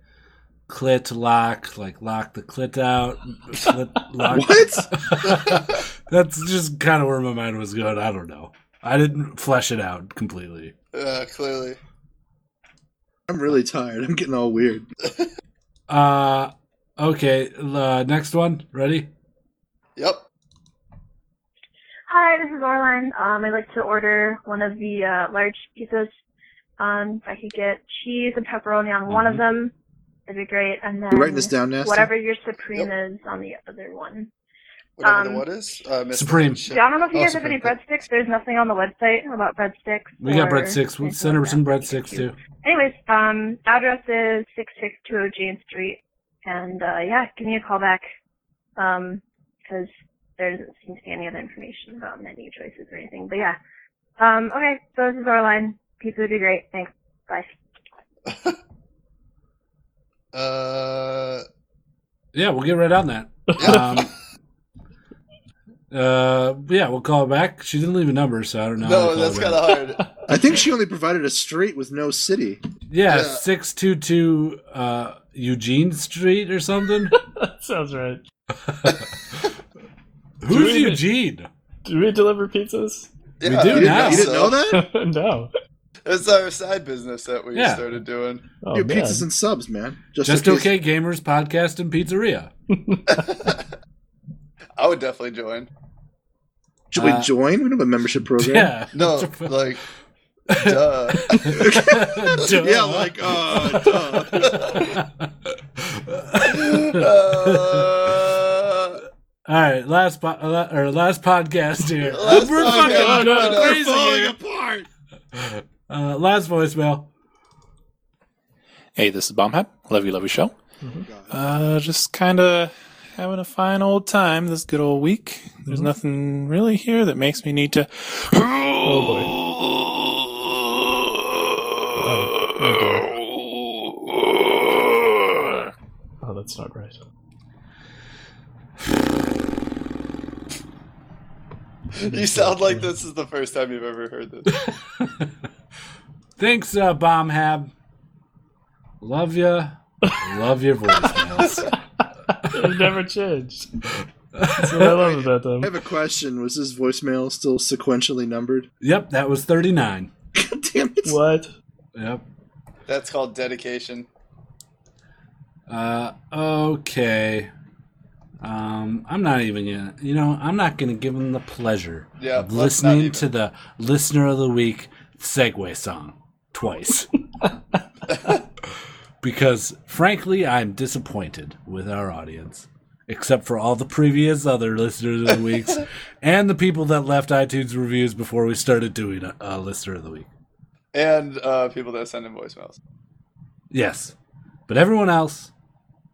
clit lock, like lock the clit out. [laughs] Clit lock. what? [laughs] That's just kind of where my mind was going. I don't know. I didn't flesh it out completely. Uh, clearly. I'm really tired. I'm getting all weird. Uh, okay. Uh, next one. Ready? Yep. Hi, this is Arlen. Um, I'd like to order one of the uh, large pizzas. Um, if I could get cheese and pepperoni on one of them, that'd be great. And then You writing this down, Nasty? whatever your supreme is on the other one. Whatever the Um, what is. Uh, Miss- Supreme. shit. Yeah, I don't know if you Oh, guys have Supreme, any breadsticks. There's nothing on the website about breadsticks. We got or bread six. We anything sent her like some that. bread six too. Anyways, um, address is 6620 Jane Street. And, uh, yeah, give me a call back. Um, cause there doesn't seem to be any other information about menu choices or anything. But yeah. Um, okay, so this is our line. Pizza would be great. Thanks. Bye. Uh, Yeah, we'll get right on that. Um, [laughs] uh, yeah, we'll call her back. She didn't leave a number, so I don't know. how to no, call that's her kind back. of hard. I think she only provided a street with no city. Yeah, Yeah. six two two uh, Eugene Street or something. That sounds right. Who's Doing it. Eugene? Do we deliver pizzas? [laughs] We Yeah, I do You think now. didn't, you so. didn't know that? [laughs] no. It's our side business that we Yeah. started doing. Oh, Dude, man. pizzas and subs, man. Just in case- okay gamers podcast and pizzeria. I would definitely join. Should we Uh, join? We don't have a membership program. Yeah. No, [laughs] like, duh. Duh. yeah, like uh, duh. Uh, All right, last po- uh, or last podcast here. Last We're podcast. fucking Oh, no, going no. crazy falling here. apart. Uh, last voicemail. Hey, this is Bombhead. Love you, love you, show. Uh, just kind of having a fine old time this good old week. There's nothing really here that makes me need to. Oh, boy. Oh, that's not right. you sound like this is the first time you've ever heard this. Thanks, uh, Bomb Hab. Love ya. Love your voicemails. They've never changed. [laughs] That's what I love about I them. have a question. Was this voicemail still sequentially numbered? [laughs] yep, that was 39. God damn it! What? Yep. That's called dedication. Uh, okay. Um, I'm not even gonna, you know, I'm not gonna give him the pleasure Yeah, of let's not listening even. to the listener of the week segue song [laughs] twice. because frankly, I'm disappointed with our audience, except for all the previous other listeners of [laughs] the weeks and the people that left iTunes reviews before we started doing a, a listener of the week. And uh, people that send in voicemails. Yes. But everyone else,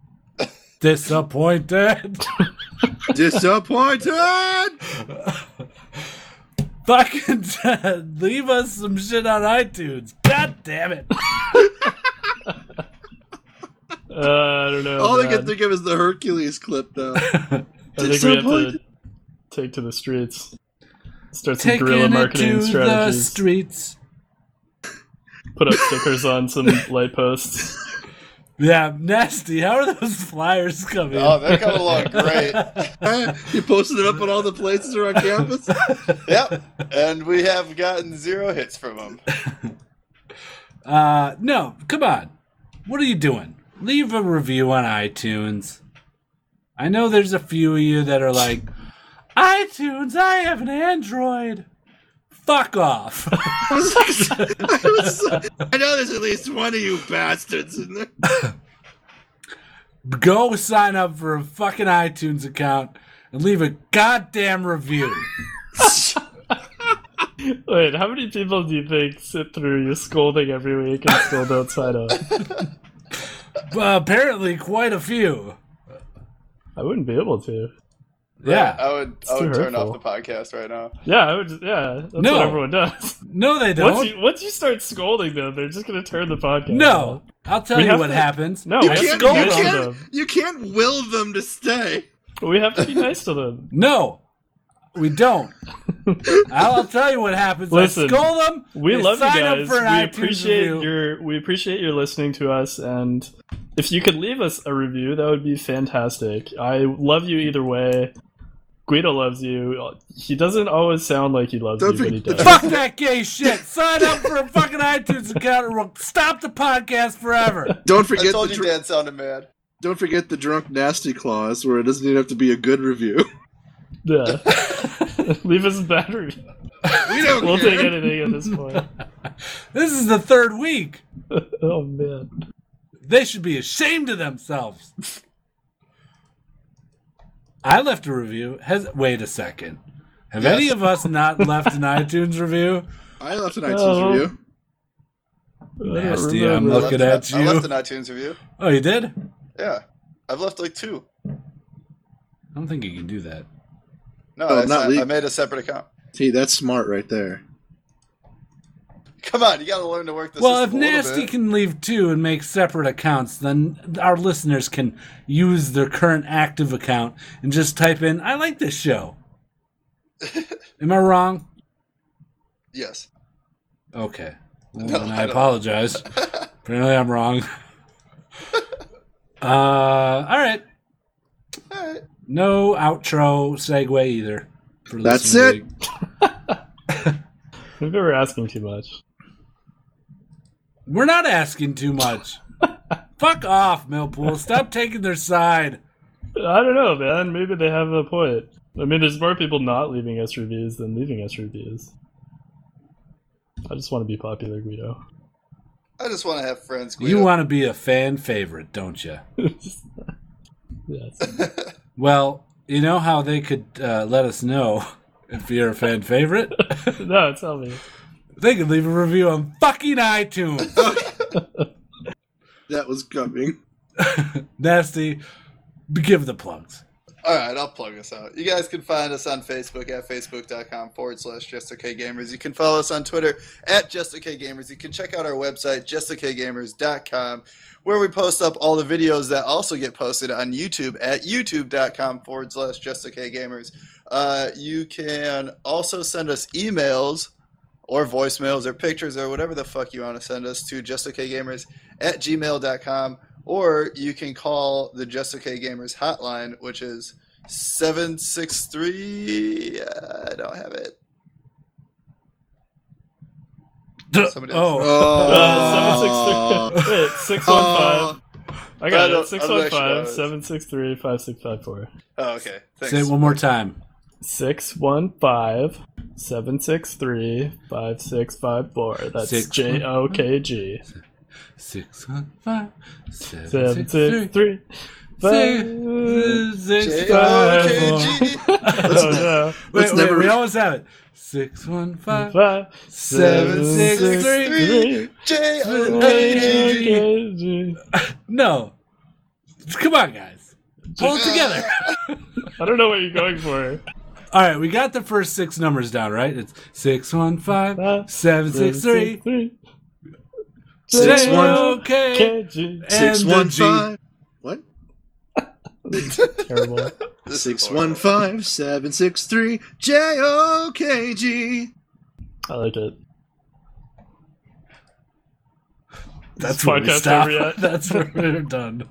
[laughs] disappointed. Disappointed. Fucking [laughs] leave us some shit on iTunes. God damn [laughs] it. Uh, I don't know. All I man. can think of is the Hercules clip, though. [laughs] I think we have to Disappointed. take to the streets. Start some Taking guerrilla it to marketing the strategies. streets. Put up stickers [laughs] on some light posts. Yeah, nasty. How are those [laughs] flyers coming? Uh, Oh, they're coming along [laughs] great. you Eh? posted it up on all the places around campus. [laughs] Yep. And we have gotten zero hits from them. Uh, no, come on. What are you doing? Leave a review on iTunes. I know there's a few of you that are like, iTunes, I have an Android. Fuck off. [laughs] I, was like- [laughs] I was like- I know there's at least one of you bastards in there. Go sign up for a fucking iTunes account and leave a goddamn review. Wait, how many people do you think sit through you scolding every week and still don't sign up? uh, apparently quite a few. I wouldn't be able to. Yeah. I would. It's I too would turn hurtful. off the podcast right now. Yeah, I would. Just, yeah, that's No. what everyone does. [laughs] No, they Once don't. you, once you start scolding them, they're just gonna turn the podcast. No, I'll tell We you have what to- happens. No, You we have can't- to be you nice to can't- them. You can't will them to stay. We have to be nice to them. No, we [laughs] don't. I'll, I'll tell you what happens. Listen, I scold them. We they love you sign up guys. for an we iTunes appreciate review. your we appreciate your listening to us, and if you could leave us a review, that would be fantastic. I love you either way. Guido loves you. He doesn't always sound like he loves you, but he does. Fuck that gay shit. Sign up for a fucking iTunes account or we'll stop the podcast forever. Don't forget the dr- Dad sounded mad. don't forget the drunk nasty clause where it doesn't even have to be a good review. Yeah. [laughs] Leave us a bad review. [laughs] We don't will care. take anything at this point. This is the third week. oh man. They should be ashamed of themselves. I left a review. Has wait a second. Have Yes. any of us not left an iTunes review? I left an iTunes Oh. review. Nasty, I'm I left looking an- at you. I left an iTunes review. Oh, you did? I Yeah, I've left like two. don't think you can do that. No, Oh, that's not not leak. I made a separate account. See, that's smart right there. Come on, you got to learn to work this. well, if system a little Nasty bit. can leave two and make separate accounts, then our listeners can use their current active account and just type in, I like this [laughs] show. Am I wrong? yes, Okay. Well, No, then I I, don't. [laughs] apologize. Apparently, I'm wrong. uh, all right. All right. No outro segue either. for That's listener it. week. Maybe we're asking too much. We're not asking too much. Fuck off, Millpool. Stop taking their side. I don't know, man. Maybe they have a point. I mean, there's more people not leaving us reviews than leaving us reviews. I just want to be popular, Guido. I just want to have friends. You want to be a fan favorite, don't you? yes. Well, you know how they could uh, let us know [laughs] if you're a fan favorite? no, tell me. They could leave a review on fucking iTunes. That was coming. Nasty, give the plugs. All right, I'll plug us out. You guys can find us on Facebook at facebook.com forward slash JustOKGamers. You can follow us on Twitter at JustOKGamers. You can check out our website, justokgamers.com, where we post up all the videos that also get posted on YouTube at youtube.com forward slash JustOKGamers. Uh, you can also send us emails or voicemails or pictures or whatever the fuck you want to send us to justokgamers at gmail.com or you can call the Just Okay Gamers hotline, which is 763. I don't have it. Somebody else. Oh. Oh, [laughs] Uh, 763 Wait, 615. I I got it. don't- I don't actually know 615 this. 763 5654. Oh, okay. Thanks. Say it one more time. 615 763 5654. That's Six J O K G. Six, one, five, seven, Seven, six, six, three. three, Six, six, five, four. Oh, no. Wait, Let's wait, never- we almost have it. Six, one, five, Five, seven, seven, six, six, three. three. J-O-K-G. No. Come on, guys. Pull it together. I don't know what you're going for. All right, we got the first six numbers down, right? It's six one five seven six three. Six, J one- O K G. Uh, Six and one the G. five. What? [laughs] Terrible. Six one five seven six three J O K G. I like it. That's This where we podcast stop. over yet? [laughs] That's where we're done.